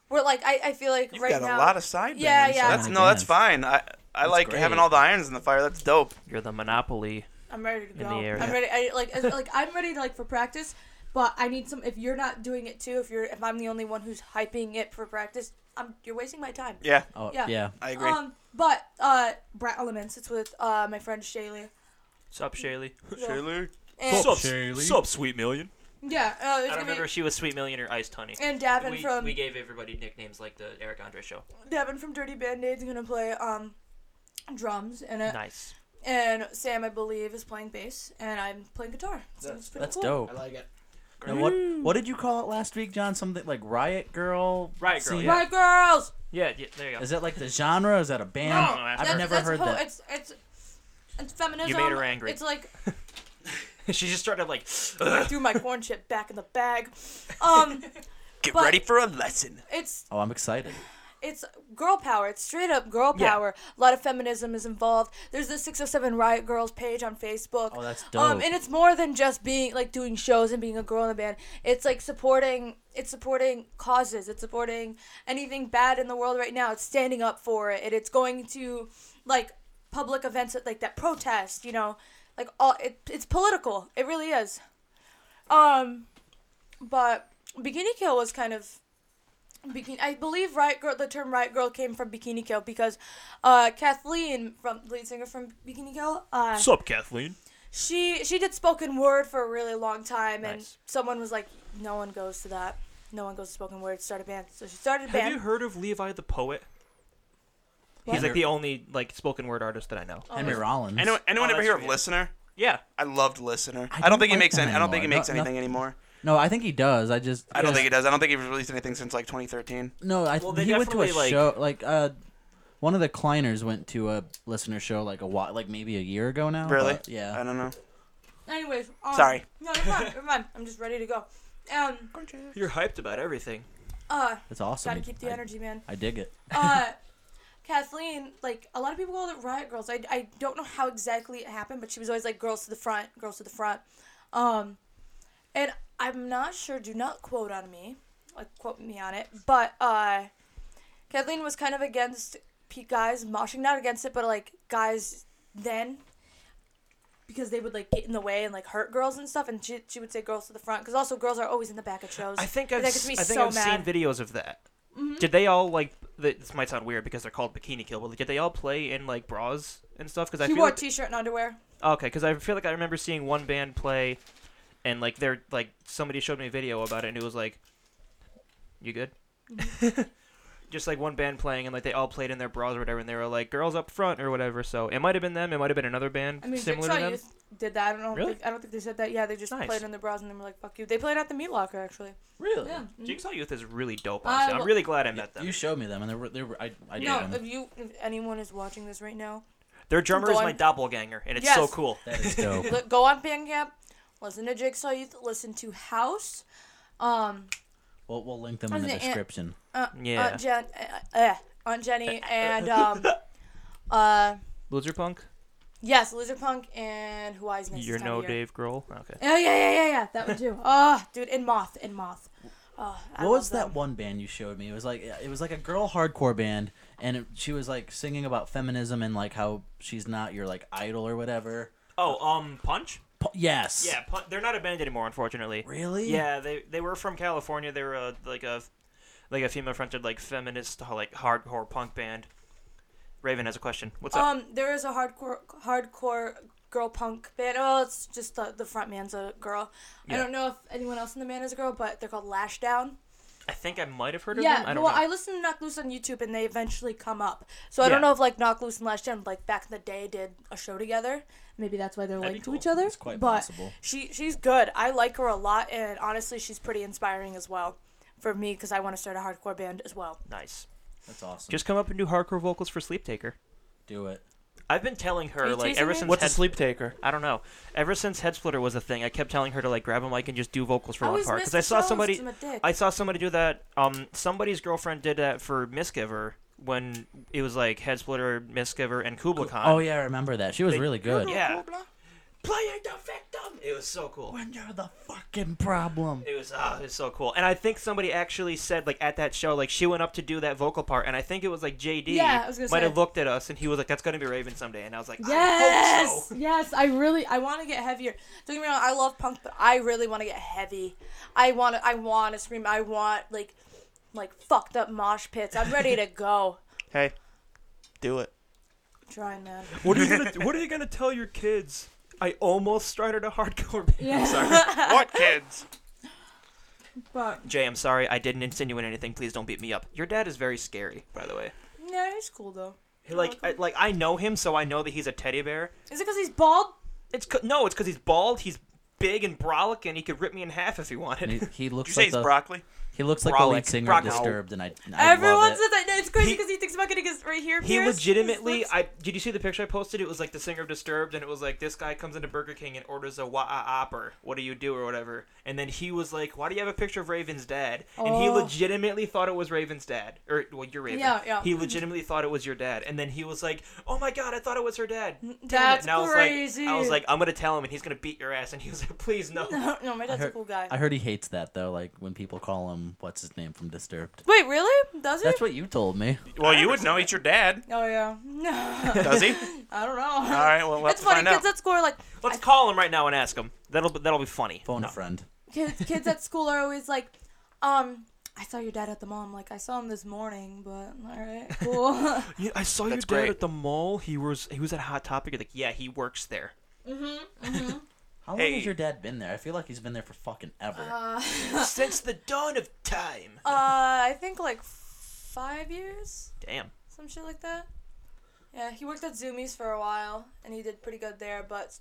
S4: we're like I, I feel like
S1: You've
S4: right
S1: got a
S4: now
S1: lot of side
S4: Yeah,
S1: bands.
S4: yeah.
S1: That's,
S2: Oh my
S1: no, that's
S2: goodness.
S1: fine. I I
S2: That's
S1: like
S2: great.
S1: having all the irons in the fire. That's dope.
S3: You're the monopoly.
S4: I'm ready to
S3: the
S4: go.
S3: area.
S4: I'm ready. I, like it's- like I'm ready to like for practice, but I need some. If you're not doing it too, if you're if I'm the only one who's hyping it for practice, I'm you're wasting my time.
S1: Yeah,
S2: Oh yeah.
S4: Yeah.
S1: I agree.
S4: Um, but uh, Brat Elements. It's with uh my friend Shaylee.
S3: Sup, Shaylee?
S4: Shaylee.
S3: Sup, sweet million.
S4: Yeah, uh,
S3: I
S4: it's
S3: don't
S4: gonna
S3: remember
S4: be
S3: if she was Sweet Million or Iced Honey.
S4: and Davin
S5: We,
S4: from
S5: we gave everybody nicknames like the Eric Andre show.
S4: Devin from Dirty Band-Aid's gonna play um drums in it.
S3: Nice.
S4: And Sam, I believe, is playing bass, and I'm playing guitar. So
S5: That's-
S4: it's pretty
S2: That's
S4: cool.
S2: dope.
S5: I like it.
S2: Now, what what did you call it last week, John? Something like Riot Girl.
S3: Riot Girl,
S2: scene?
S3: yeah.
S4: Right, girls.
S3: Yeah, yeah there you go.
S2: Is that like the genre? Is that a band?
S3: No,
S2: I've
S3: that's-
S2: never heard
S4: whole,
S2: that.
S4: It's it's it's feminism.
S3: made her angry.
S4: It's like
S3: she just started like,
S4: I threw my corn chip back in the bag. Um,
S1: Get
S4: But-
S1: ready for a lesson.
S4: it's
S2: Oh, I'm excited.
S4: it's girl power. It's straight up girl
S3: Yeah.
S4: power. A lot of feminism is involved. There's the 607 Riot Girls page on Facebook.
S2: Oh, that's
S4: Um,
S2: dope.
S4: and it's more than just being like doing shows and being a girl in a band. It's like supporting. It's supporting causes. It's supporting anything bad in the world right now. It's standing up for it. And it's going to like public events that- like that protest. You know, like all it, it's political. It really is. Um, but Bikini Kill was kind of Bikini. I believe right girl. The term right girl came from Bikini Kill because uh, Kathleen from lead singer from Bikini Kill. Uh,
S3: "Sup, Kathleen?"
S4: she she did spoken word for a really long time, and
S3: Nice.
S4: someone was like, "No one goes to that. No one goes to spoken word. Start a band." So she started a
S3: Have
S4: band.
S3: you heard of Levi the poet?
S2: What?
S3: He's like the only like spoken word artist that I
S4: Oh.
S3: know.
S2: Henry Rollins.
S1: Anyone, anyone
S3: Oh,
S1: ever
S3: that's
S1: hear of
S3: weird.
S1: Listener?
S3: Yeah,
S1: I loved Listener.
S2: I
S1: I
S2: don't
S1: don't think he
S2: like
S1: makes.
S2: them
S1: Any, I don't think he
S2: anymore.
S1: makes
S2: No-
S1: anything
S2: no-
S1: anymore.
S2: No, I think he does. I just
S1: I don't
S2: yeah.
S1: think he does. I don't think he's released anything since like 2013.
S2: No, I
S3: Well, they
S2: he went to a
S3: definitely, like-
S2: show like uh, one of the Kleiners went to a listener show like a while, like maybe a year ago now.
S1: Really?
S2: but Uh-huh. yeah.
S1: I don't know.
S4: Anyways, um,
S1: Sorry.
S4: No, never mind. Never mind. I'm just ready to go. Um,
S3: you're hyped about everything.
S4: uh,
S2: It's awesome.
S4: gotta keep the
S2: I-
S4: energy, man.
S2: I, dig it.
S4: Uh, Kathleen, like a lot of people call it Riot Girls. I, I don't know how exactly it happened, but she was always like girls to the front, girls to the front. Um, and I'm not sure. Do not quote on me, like quote me on it. But uh, Kathleen was kind of against pe- guys moshing, not against it, but like guys then. Because they would like get in the way and like hurt girls and stuff, and she, she would say girls to the front. Because also girls are always in the back of shows.
S3: I think
S4: And
S3: I've,
S4: that
S3: s-
S4: gets
S3: I
S4: me
S3: think
S4: so
S3: I've
S4: mad. Mm-hmm.
S3: seen videos of that. Did they all like? th- This might sound weird because they're called Bikini Kill, but did they all play in like bras and stuff? Because I
S4: She
S3: feel
S4: wore a
S3: like,
S4: t-shirt and underwear.
S3: Okay, because I feel like I remember seeing one band play, and like they're like somebody showed me a video about it, and it was like, "You good?"
S4: Mm-hmm.
S3: Just like one band playing, and like they all played in their bras or whatever, and they were like girls up front or whatever. So it might have been them. It might have been another band
S4: I mean,
S3: similar to
S4: Jigsaw
S3: them.
S4: Youth Mm-hmm. did that. I don't know.
S3: Really?
S4: I don't think they said that. Yeah, they just
S3: Nice.
S4: played in their bras and they were like, "Fuck you." They played at the Meat Locker actually. Mm-hmm.
S2: Really?
S4: Yeah.
S3: Jigsaw Youth is really dope.
S4: I
S3: Honestly,
S4: will-
S3: I'm really glad I met them.
S2: You showed me them, and they were they were I I
S4: No,
S2: dig them.
S4: if you, if anyone is watching this right now,
S3: Their drummer is
S4: Go
S3: my
S4: on.
S3: doppelganger, and it's so
S4: Yes.
S3: cool.
S2: That is dope.
S4: li- go on Bandcamp, listen to Jigsaw Youth, listen to House, um,
S2: we'll we'll link them
S4: I
S2: in
S4: was
S2: the
S4: gonna an-
S2: description.
S4: uh,
S3: Yeah. Eh,
S4: Aunt Jen, uh, uh, Aunt Jenny, and um, uh,
S3: Loser Punk,
S4: yes, Lizard Punk and Who Eyes next?
S3: you're
S4: this time
S3: no
S4: of year.
S3: Dave Grohl. Okay.
S4: Yeah, yeah, yeah, yeah, yeah. That one too. Oh, dude, and Moth, and Moth. Oh, I
S2: what
S4: love
S2: was that
S4: them.
S2: one band you showed me? It was like it was like a girl hardcore band, and it, she was like singing about feminism and like how she's not your like idol or whatever.
S3: Oh, um, Punch.
S2: Pu- yes.
S3: Yeah, pun- they're not a band anymore, unfortunately.
S2: Really?
S3: Yeah, they they were from California. They were uh, like a like a female fronted like feminist uh, like hardcore punk band. Raven has a question. What's up?
S4: Um, there is a hardcore hardcore girl punk band. Oh, it's just the, the front man's a girl. I
S3: Yeah.
S4: don't know if anyone else in the band is a girl, but they're called Lashdown.
S3: I think I might have heard of
S4: Yeah,
S3: them. I don't
S4: well,
S3: know.
S4: I listen to Knock Loose on YouTube, and they eventually come up. So I don't
S3: Yeah.
S4: know if like Knock Loose and Lashdown, like back in the day, did a show together. Maybe that's why they're
S3: That'd
S4: like
S3: be
S4: to
S3: cool.
S4: each other.
S2: It's quite
S4: but
S2: possible.
S4: She she's good. I like her a lot, and honestly, she's pretty inspiring as well for me because I want to start a hardcore band as well.
S3: nice.
S2: That's awesome. Just
S3: Just come up and do hardcore vocals for Sleep Taker.
S2: do it.
S3: I've been telling
S4: Are
S3: her
S4: you
S3: like
S4: teasing
S3: ever
S4: me?
S3: since
S1: What's a
S3: Head-
S1: sleep taker?
S3: I don't know. Ever since Head Splitter was a thing, I kept telling her to like grab a mic and just do vocals for
S4: I
S3: one
S4: always
S3: part
S4: miss
S3: because I
S4: the
S3: saw
S4: shows
S3: somebody.
S4: 'cause I'm a dick.
S3: I saw somebody do that. Um, somebody's girlfriend did that for Misgiver when it was like Head Splitter, Misgiver, and Kubla Khan.
S2: Oh yeah, I remember that. She was really good.
S3: Yeah. Playing the victim. It was so cool.
S2: When you're the fucking problem.
S3: It was ah, it was so cool. And I think somebody actually said like at that show, like she went up to do that vocal part, and I think it was like JD
S4: Yeah, I was gonna
S3: might
S4: say.
S3: have looked at us, and he was like, "That's gonna be Raven someday," and I was like, "I hope
S4: Yes,
S3: so."
S4: yes. I really, I want to get heavier. Don't get me wrong. I love punk, but I really want to get heavy. I want to, I want to scream. I want like, like fucked up mosh pits. I'm ready to go.
S1: Hey, do it.
S4: I'm trying, man.
S3: What are you gonna What are you gonna tell your kids? I almost started a hardcore band.
S4: Yeah.
S1: What kids?
S4: But
S3: Jay, I'm sorry, I didn't insinuate anything. Please don't beat me up. Your dad is very scary, by the way.
S4: yeah, he's cool though.
S3: He, like, I, like I know him, so I know that he's a teddy bear.
S4: Is it because he's bald?
S3: It's 'cause- no, it's because he's bald. He's big and brolic, and he could rip me in half if he wanted.
S2: And he, he
S1: Did you
S2: looks
S1: say
S2: like
S1: it's
S2: the
S1: broccoli?
S2: he looks like the
S3: Brolic.
S2: lead singer
S3: Brock-
S2: of
S3: no.
S2: Disturbed, and I, I
S4: Everyone
S2: love
S4: says
S2: it.
S4: that. No, it's crazy
S3: He-
S4: because he, thinks about getting his right here.
S3: He
S4: pierced.
S3: legitimately,
S4: His lips-
S3: I did you see the picture I posted? It was like the singer of Disturbed, and it was like this guy comes into Burger King and orders a wah opper. What do you do or whatever? And then he was like, "Why do you have a picture of Raven's dad?" And he
S4: Oh.
S3: legitimately thought it was Raven's dad, or well, you're Raven.
S4: Yeah, yeah.
S3: He legitimately thought it was your dad, and then he was like, "Oh my god, I thought it was her dad." Damn it."
S4: That's
S3: and I was
S4: crazy.
S3: Like, I was like, "I'm gonna tell him, and he's gonna beat your ass." And he was like, "Please no."
S4: No, no, my
S2: I
S4: dad's a
S2: heard-
S4: cool guy.
S2: I heard he hates that though. Like when people call him what's his name from Disturbed.
S4: Wait, really? Does he?
S2: That's what you told me.
S1: Well, you would know. It's your dad.
S4: oh yeah. No.
S1: Does he?
S4: I don't know.
S1: All right. Well, let's
S4: it's funny.
S1: find out.
S4: Kids at school are like
S3: Let's call him right now and ask him. That'll be- that'll be funny.
S2: Phone
S3: No.
S2: a friend.
S4: kids. Kids at school are always like, um. I saw your dad at the mall. I'm like, I saw him this morning, but all right, cool.
S3: Yeah, I saw
S1: That's
S3: your dad
S1: great.
S3: at the mall. He was he was at Hot Topic. You're like, yeah, he works there.
S2: How long
S3: Hey.
S2: has your dad been there? I feel like he's been there for fucking ever.
S4: uh,
S3: Since the dawn of time.
S4: Uh, I think like five years,
S3: Damn.
S4: some shit like that. Yeah, he worked at Zoomies for a while, and he did pretty good there, but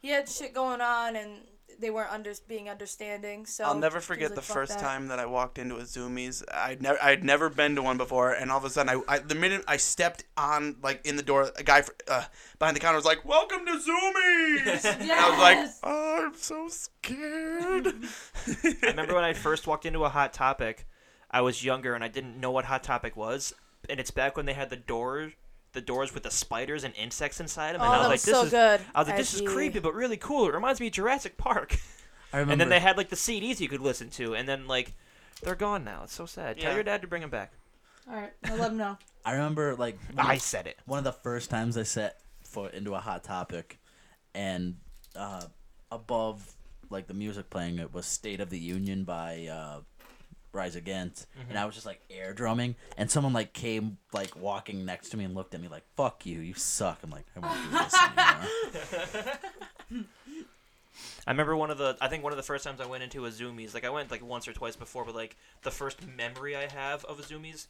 S4: he had shit going on, and they weren't under being understanding. So
S1: I'll never
S4: he was
S1: forget
S4: like,
S1: the
S4: "Fuck
S1: first
S4: that."
S1: time that I walked into a Zoomies. I'd never, I'd never been to one before, and all of a sudden, I, I the minute I stepped on, like in the door, a guy fr- uh, behind the counter was like, "Welcome to Zoomies," and I was like,
S4: Yes!
S1: "Oh, I'm so scared."
S3: I remember when I first walked into a Hot Topic, I was younger and I didn't know what Hot Topic was. And it's back when they had the door, the doors with the spiders and insects inside them.
S4: Oh,
S3: and I
S4: that
S3: was like,
S4: was
S3: this
S4: so
S3: is,
S4: good.
S3: I was like, this is
S4: IG.
S3: creepy but really cool. It reminds me of Jurassic Park.
S2: I remember.
S3: And then they had like the CDs you could listen to, and then like. They're gone now. It's so sad. Tell
S1: Yeah.
S3: your dad to bring them back.
S4: All right, I'll let him know.
S2: I remember like
S3: I said it.
S2: one of the first times I set foot into a hot topic, and uh, above like the music playing, it was "State of the Union" by uh, Rise Against,
S3: Mm-hmm.
S2: and I was just like air drumming, and someone like came like walking next to me and looked at me like "fuck you, you suck." I'm like, I won't do this anymore.
S3: I remember one of the I think one of the first times I went into a Zoomies, like I went like once or twice before, but like the first memory I have of a Zoomies,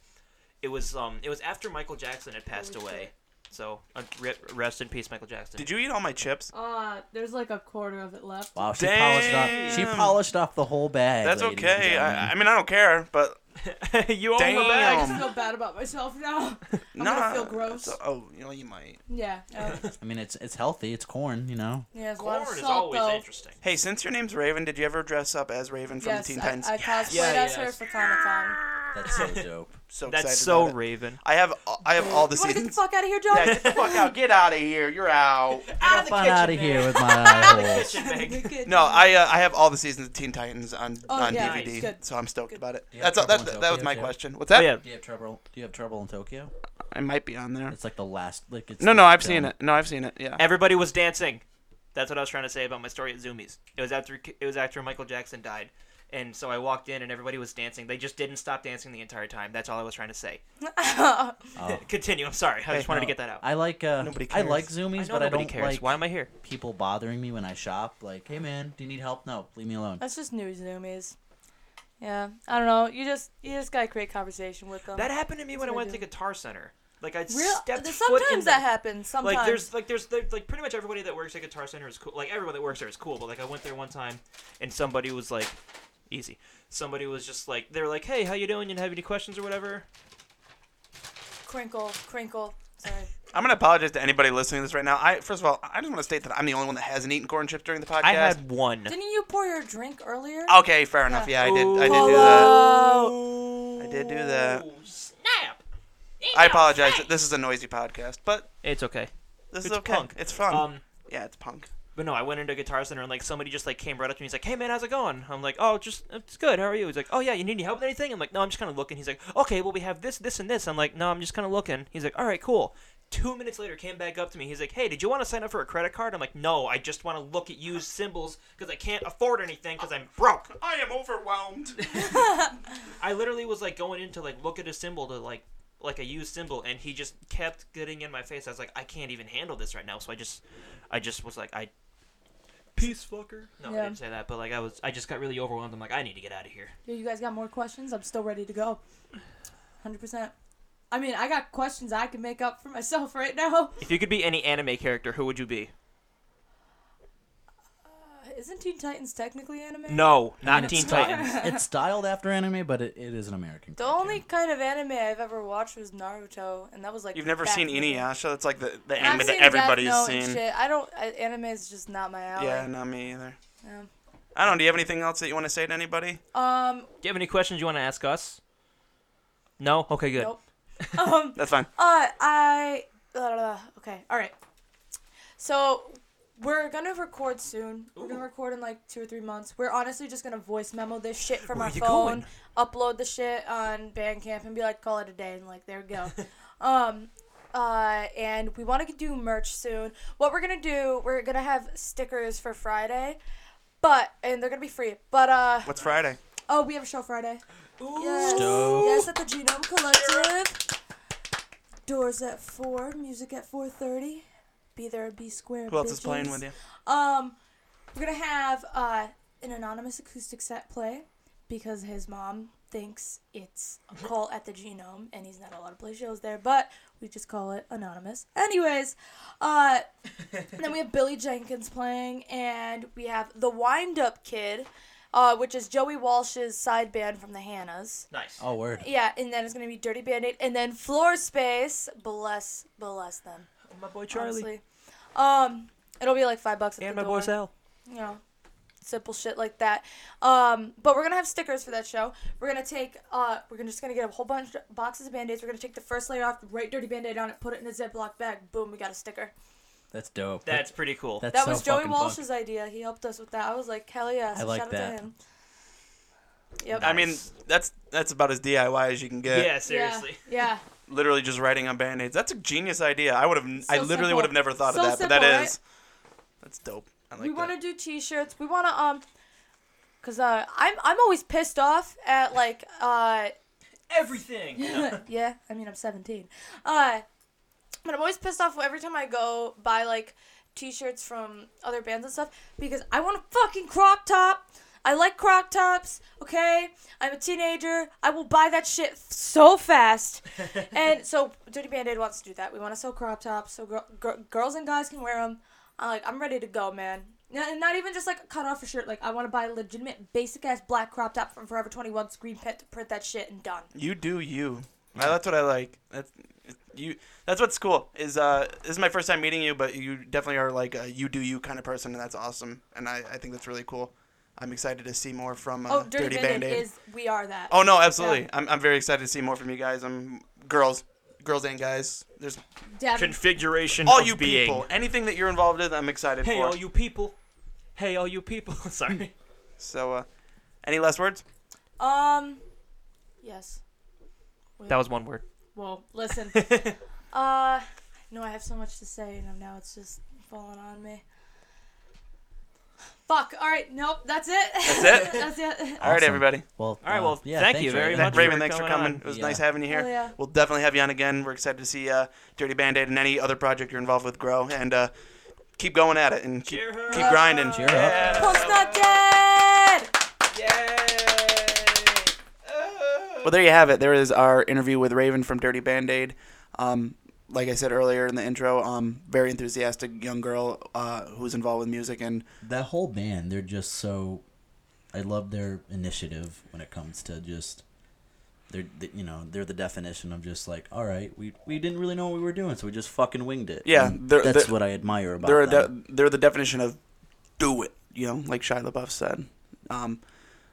S3: it was um it was after Michael Jackson had passed
S4: Holy
S3: away. So uh, re- rest in peace, Michael Jackson.
S1: Did you eat all my chips?
S4: Uh, there's like a quarter of it left.
S2: Wow, she polished off. She
S1: Damn.
S2: polished off the whole bag.
S1: That's
S2: ladies and
S1: okay.
S2: gentlemen.
S1: I, I mean, I don't care, but
S3: you, you own
S1: Damn.
S3: the bag.
S1: I feel
S4: bad about myself now.
S1: no.
S4: gonna feel gross.
S1: so- oh, you know, you might.
S4: yeah.
S2: I mean, it's it's healthy. It's corn, you know.
S4: yeah, it's a lot of
S3: Corn is
S4: salt
S3: always
S4: though.
S3: interesting.
S1: Hey, since your name's Raven, did you ever dress up as Raven from
S4: Yes,
S1: Teen
S4: I,
S1: Titans?
S4: I cosplayed
S3: Yeah,
S4: as
S3: yes.
S4: her for Comic Con.
S2: That's so dope.
S1: So
S3: That's
S1: excited
S3: so
S1: about it.
S3: Raven.
S1: I have, all- I have all the
S4: You wanna get the
S1: seasons.
S4: fuck out of here, John?
S1: Yeah, get the fuck out! Get out of here! You're out.
S2: Get the out of here with my eye holes.
S4: Good kid.
S1: No, I uh, I have all the seasons of Teen Titans on
S4: Oh,
S1: on
S4: yeah,
S1: DVD,
S4: nice. Good.
S1: so I'm stoked about it.
S2: Do you have
S1: That's all, that's
S2: Trouble in
S1: that was
S2: Tokyo
S1: my
S2: too?
S1: question. What's
S3: Oh,
S1: that?
S3: yeah.
S2: Do you have trouble? Do you have trouble in Tokyo?
S1: I might be on there.
S2: It's like the last. Like it's
S1: No,
S2: the
S1: no, I've
S2: film.
S1: seen it. No, I've seen it. Yeah.
S3: Everybody was dancing. That's what I was trying to say about my story at Zoomies. It was after it was after Michael Jackson died. And so I walked in and everybody was dancing. They just didn't stop dancing the entire time. That's all I was trying to say.
S2: Oh.
S3: Continue. I'm sorry. I just wanted to get that out.
S2: I like. Uh,
S1: Nobody
S2: I
S1: cares.
S2: like zoomies, but I
S3: nobody
S2: don't
S3: cares.
S2: like
S3: Why am I here?
S2: people bothering me when I shop. Like, hey man, do you need help? No, leave me alone.
S4: That's just new zoomies. Yeah, I don't know. You just you just gotta create conversation with them.
S3: That happened to me when I
S4: what I
S3: went to
S4: do.
S3: Guitar Center. Like I
S4: Real,
S3: stepped
S4: there's
S3: foot in
S4: sometimes
S3: the-
S4: that happens. Sometimes.
S3: Like there's like there's there- like pretty much everybody that works at Guitar Center is cool. Like everyone that works there is cool. But like I went there one time, and somebody was like, easy. Somebody was just like they were like, hey, how you doing? You have any questions or whatever?
S4: crinkle, crinkle. Sorry.
S1: I'm gonna apologize to anybody listening to this right now. I first of all, I just want to state that I'm the only one that hasn't eaten corn chips during the podcast.
S3: I had one.
S4: Didn't you pour your drink earlier?
S1: okay, fair enough. Yeah, I did. I did do that.
S4: Hello.
S1: I did do that.
S3: Oh, Snap.
S1: I apologize. This is a noisy podcast, but
S3: It's okay.
S1: this
S3: It's
S1: is okay.
S3: punk.
S1: It's fun.
S3: Um.
S1: yeah, it's punk.
S3: But no, I went into Guitar Center and like somebody just like came right up to me. He's like, "Hey man, how's it going?" I'm like, "Oh, just it's good. How are you?" He's like, "Oh yeah, you need any help with anything?" I'm like, "No, I'm just kind of looking." He's like, "Okay, well we have this, this, and this." I'm like, "No, I'm just kind of looking." He's like, "All right, cool." Two minutes later, came back up to me. He's like, "Hey, did you want to sign up for a credit card?" I'm like, "No, I just want to look at used symbols because I can't afford anything because I'm broke."
S1: I am overwhelmed.
S3: I literally was like going in to like look at a symbol to like like a used symbol, and he just kept getting in my face. I was like, I can't even handle this right now. So I just, I just was like, I peace, fucker.
S5: No,
S4: Yeah.
S5: I didn't say that, but like I was, I just got really overwhelmed. I'm like, I need to get out of here.
S4: Yo, you guys got more questions? I'm still ready to go. 100%. I mean, I got questions I can make up for myself right now.
S3: If you could be any anime character, who would you be?
S4: Isn't Teen Titans technically anime?
S3: No,
S2: I mean,
S3: not
S2: it's
S3: Teen
S2: sty-
S3: Titans.
S2: it's styled after anime, but it, it is an American.
S4: The only kind of anime I've ever watched was Naruto, and that was like.
S1: You've never
S4: back
S1: seen
S4: in the day.
S1: Inuyasha? That's like the, the
S4: I've
S1: anime
S4: seen
S1: that
S4: Death
S1: everybody's
S4: Note and
S1: seen.
S4: Shit. I don't. I, anime is just not my alley.
S1: Yeah, not me either.
S4: Um,
S1: I don't. Do you have anything else that you want to say to anybody?
S4: Um.
S3: Do you have any questions you want to ask us? No. Okay, good.
S4: Nope. um.
S1: That's fine.
S4: Uh. I. uh, okay. All right. So we're gonna record soon. We're gonna record in like two or three months. We're honestly just gonna voice memo this shit from
S3: Where
S4: our
S3: you
S4: phone, upload the shit on Bandcamp, and be like, call it a day, and like, there we go. um. Uh, and we want to do merch soon. What we're gonna do, we're gonna have stickers for Friday, but and they're gonna be free. But uh,
S1: What's Friday?
S4: Oh, we have a show Friday. Yes.
S2: Dope.
S4: Yes, at the Genome Collective. Doors at four. Music at four thirty. Be there and be square.
S1: Who else is playing with you?
S4: Um, we're gonna have uh an anonymous acoustic set play because his mom thinks it's a call at the Genome and he's not allowed to play shows there, but we just call it anonymous. Anyways, uh, and then we have Billy Jenkins playing and we have the Wind Up Kid. Uh, which is Joey Walsh's side band from the Hannahs.
S5: Nice.
S2: Oh, word.
S4: Yeah, and then it's gonna be Dirty Band-Aid, and then Floor Space. Bless, bless them.
S3: my boy Charlie
S4: Honestly. Um, it'll be like five bucks at
S3: and
S4: the
S3: my boy
S4: door.
S3: Sal.
S4: You know, simple shit like that. Um, but we're gonna have stickers for that show. We're gonna take uh, we're gonna just gonna get a whole bunch of boxes of band-aids. We're gonna take the first layer off, write Dirty Band-Aid on it, put it in a Ziploc bag. Boom, we got a sticker.
S2: That's dope.
S5: That's pretty cool.
S2: That's
S4: that
S2: so
S4: was Joey
S2: fucking punk.
S4: Walsh's idea. He helped us with that. I was like, hell yeah! So
S2: I like
S4: shout out
S2: that.
S4: to him. Yep.
S1: I mean, that's that's about as DIY as you can get.
S5: yeah, seriously.
S4: Yeah. yeah.
S1: Literally just writing on band-aids. That's a genius idea. I would have. I
S4: So
S1: literally
S4: simple.
S1: would have never thought
S4: So
S1: of that. but
S4: simple,
S1: that
S4: right?
S1: is. That's dope. I like
S4: we want
S1: that.
S4: to do t-shirts we want to um because uh i'm i'm always pissed off at like uh
S5: Everything. No.
S4: yeah i mean i'm 17 uh but i'm always pissed off every time i go buy like t-shirts from other bands and stuff because i want a fucking crop top i like crop tops okay i'm a teenager i will buy that shit f- so fast and so dirty band-aid wants to do that we want to sell crop tops so girl, gir- girls and guys can wear them I'm like, I'm ready to go, man. N- And not even just like cut off a shirt. Like, I want to buy a legitimate, basic ass black crop top from Forever 21 screen print to print that shit and done.
S1: You do you. Uh, That's what I like. That's you. That's what's cool. Is uh, this is my first time meeting you, but you definitely are like a you do you kind of person, and that's awesome. And I, I think that's really cool. I'm excited to see more from uh,
S4: oh, Dirty, Band-Aid,
S1: Band-Aid.
S4: is we are that.
S1: Oh no, absolutely.
S4: Yeah.
S1: I'm, I'm very excited to see more from you guys. I'm girls, girls and guys. There's
S4: Devin,
S3: Configuration.
S1: all
S3: of
S1: you
S3: being.
S1: people. Anything that you're involved in, I'm excited
S5: Hey,
S1: for.
S5: all you people. Hey, all you people. Sorry.
S1: so, uh, any last words?
S4: um, yes.
S3: That was one word.
S4: Well, listen. uh, no, I have so much to say, and now it's just falling on me. Fuck. All right. Nope. That's it.
S1: That's it?
S4: that's
S1: All
S4: it.
S1: right,
S2: Awesome.
S1: everybody.
S2: Well,
S3: All right,
S2: uh,
S3: well,
S2: yeah,
S3: thank
S2: thanks,
S3: you very
S2: Raven.
S3: much.
S1: Raven,
S3: for
S1: thanks for
S3: coming
S1: coming.
S3: on.
S1: It was
S2: Yeah.
S1: nice having you here.
S4: Hell yeah.
S1: We'll definitely have you on again. We're excited to see uh, Dirty Band Aid and any other project you're involved with grow. And uh, keep going at it and keep,
S5: Cheer her
S1: keep
S5: up.
S1: grinding.
S2: Cheer up.
S4: Punk's not dead.
S1: Well, there you have it. There is our interview with Raven from Dirty Band Aid. Um, like I said earlier in the intro, um, very enthusiastic young girl uh, who's involved with music and
S2: That whole band, they're just so. I love their initiative when it comes to just. They're, th- you know, they're the definition of just like, all right, we, we didn't really know what we were doing, so we just fucking winged it.
S1: Yeah,
S2: And
S1: they're-
S2: that's
S1: they're-
S2: what I admire about
S1: they're a
S2: them.
S1: de- they're the definition of do it. You know, like Shia LaBeouf said. Um,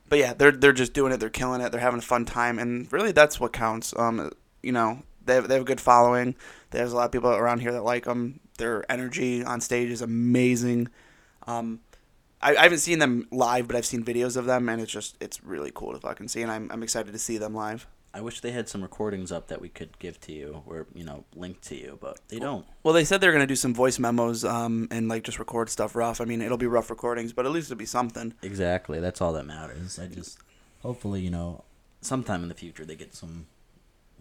S1: but yeah, they're they're just doing it. They're killing it. They're having a fun time, and really, that's what counts. Um, you know, they have, they have a good following. There's a lot of people around here that like them. Their energy on stage is amazing. Um, I, I haven't seen them live, but I've seen videos of them, and it's just it's really cool to fucking see. And I'm I'm excited to see them live.
S2: I wish they had some recordings up that we could give to you or you know link to you, but they don't.
S1: Well, they said they're gonna do some voice memos um, and like just record stuff rough. I mean, it'll be rough recordings, but at least it'll be something.
S2: Exactly, that's all that matters. I just hopefully you know sometime in the future they get some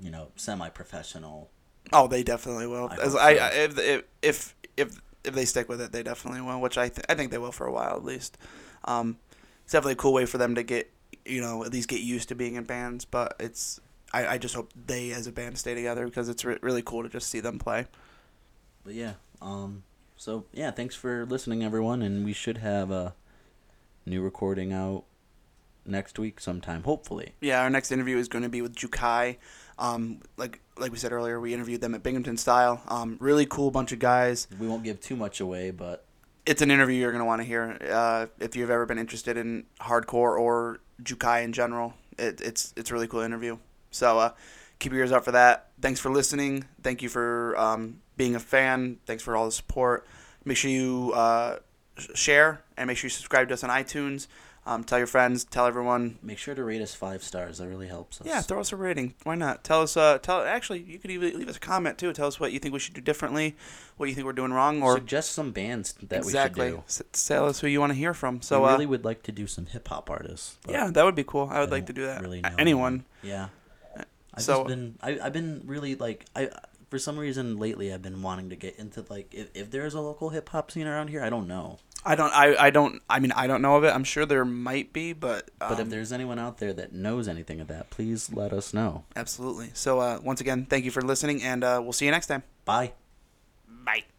S2: you know semi professional.
S1: Oh, they definitely will.
S2: I
S1: As
S2: hope
S1: I,
S2: so.
S1: I if, if if if they stick with it, they definitely will. Which I th- I think they will for a while at least. Um, it's definitely a cool way for them to get you know at least get used to being in bands. But it's I, I just hope they as a band stay together because it's re- really cool to just see them play.
S2: But yeah, um, so yeah, thanks for listening, everyone, and we should have a new recording out next week sometime, hopefully.
S1: Yeah, our next interview is going to be with Jukai. Um, like like we said earlier, we interviewed them at Binghamton Style. Um, really cool bunch of guys.
S2: We won't give too much away, but
S1: It's an interview you're going to want to hear uh, if you've ever been interested in hardcore or Jukai in general. It, it's it's a really cool interview. So uh, keep your ears out for that. Thanks for listening. Thank you for um, being a fan. Thanks for all the support. Make sure you uh, sh- share and make sure you subscribe to us on iTunes. Um, tell your friends. Tell everyone.
S2: make sure to rate us five stars. That really helps us.
S1: Yeah, throw us a rating. Why not? Tell us. Uh, tell. Actually, you could even leave us a comment too. Tell us what you think we should do differently, what you think we're doing wrong, or
S2: suggest some bands that we
S1: exactly.
S2: should do.
S1: S- tell us who you want to hear from. So,
S2: So I really
S1: uh,
S2: would like to do some hip hop artists. but
S1: yeah, that would be cool. I would
S2: I
S1: like to
S2: don't
S1: do that.
S2: really
S1: A-
S2: know
S1: Anyone.
S2: Yeah. I've
S1: So- uh,
S2: just been I, I've been really like I for some reason lately I've been wanting to get into like if, if there is a local hip hop scene around here I don't know
S1: I don't. I. I don't. I mean, I don't know of it. I'm sure there might be, but. Um,
S2: but if there's anyone out there that knows anything of that please let us know
S1: absolutely. So uh, once again, thank you for listening, and uh, we'll see you next time.
S2: bye
S1: Bye.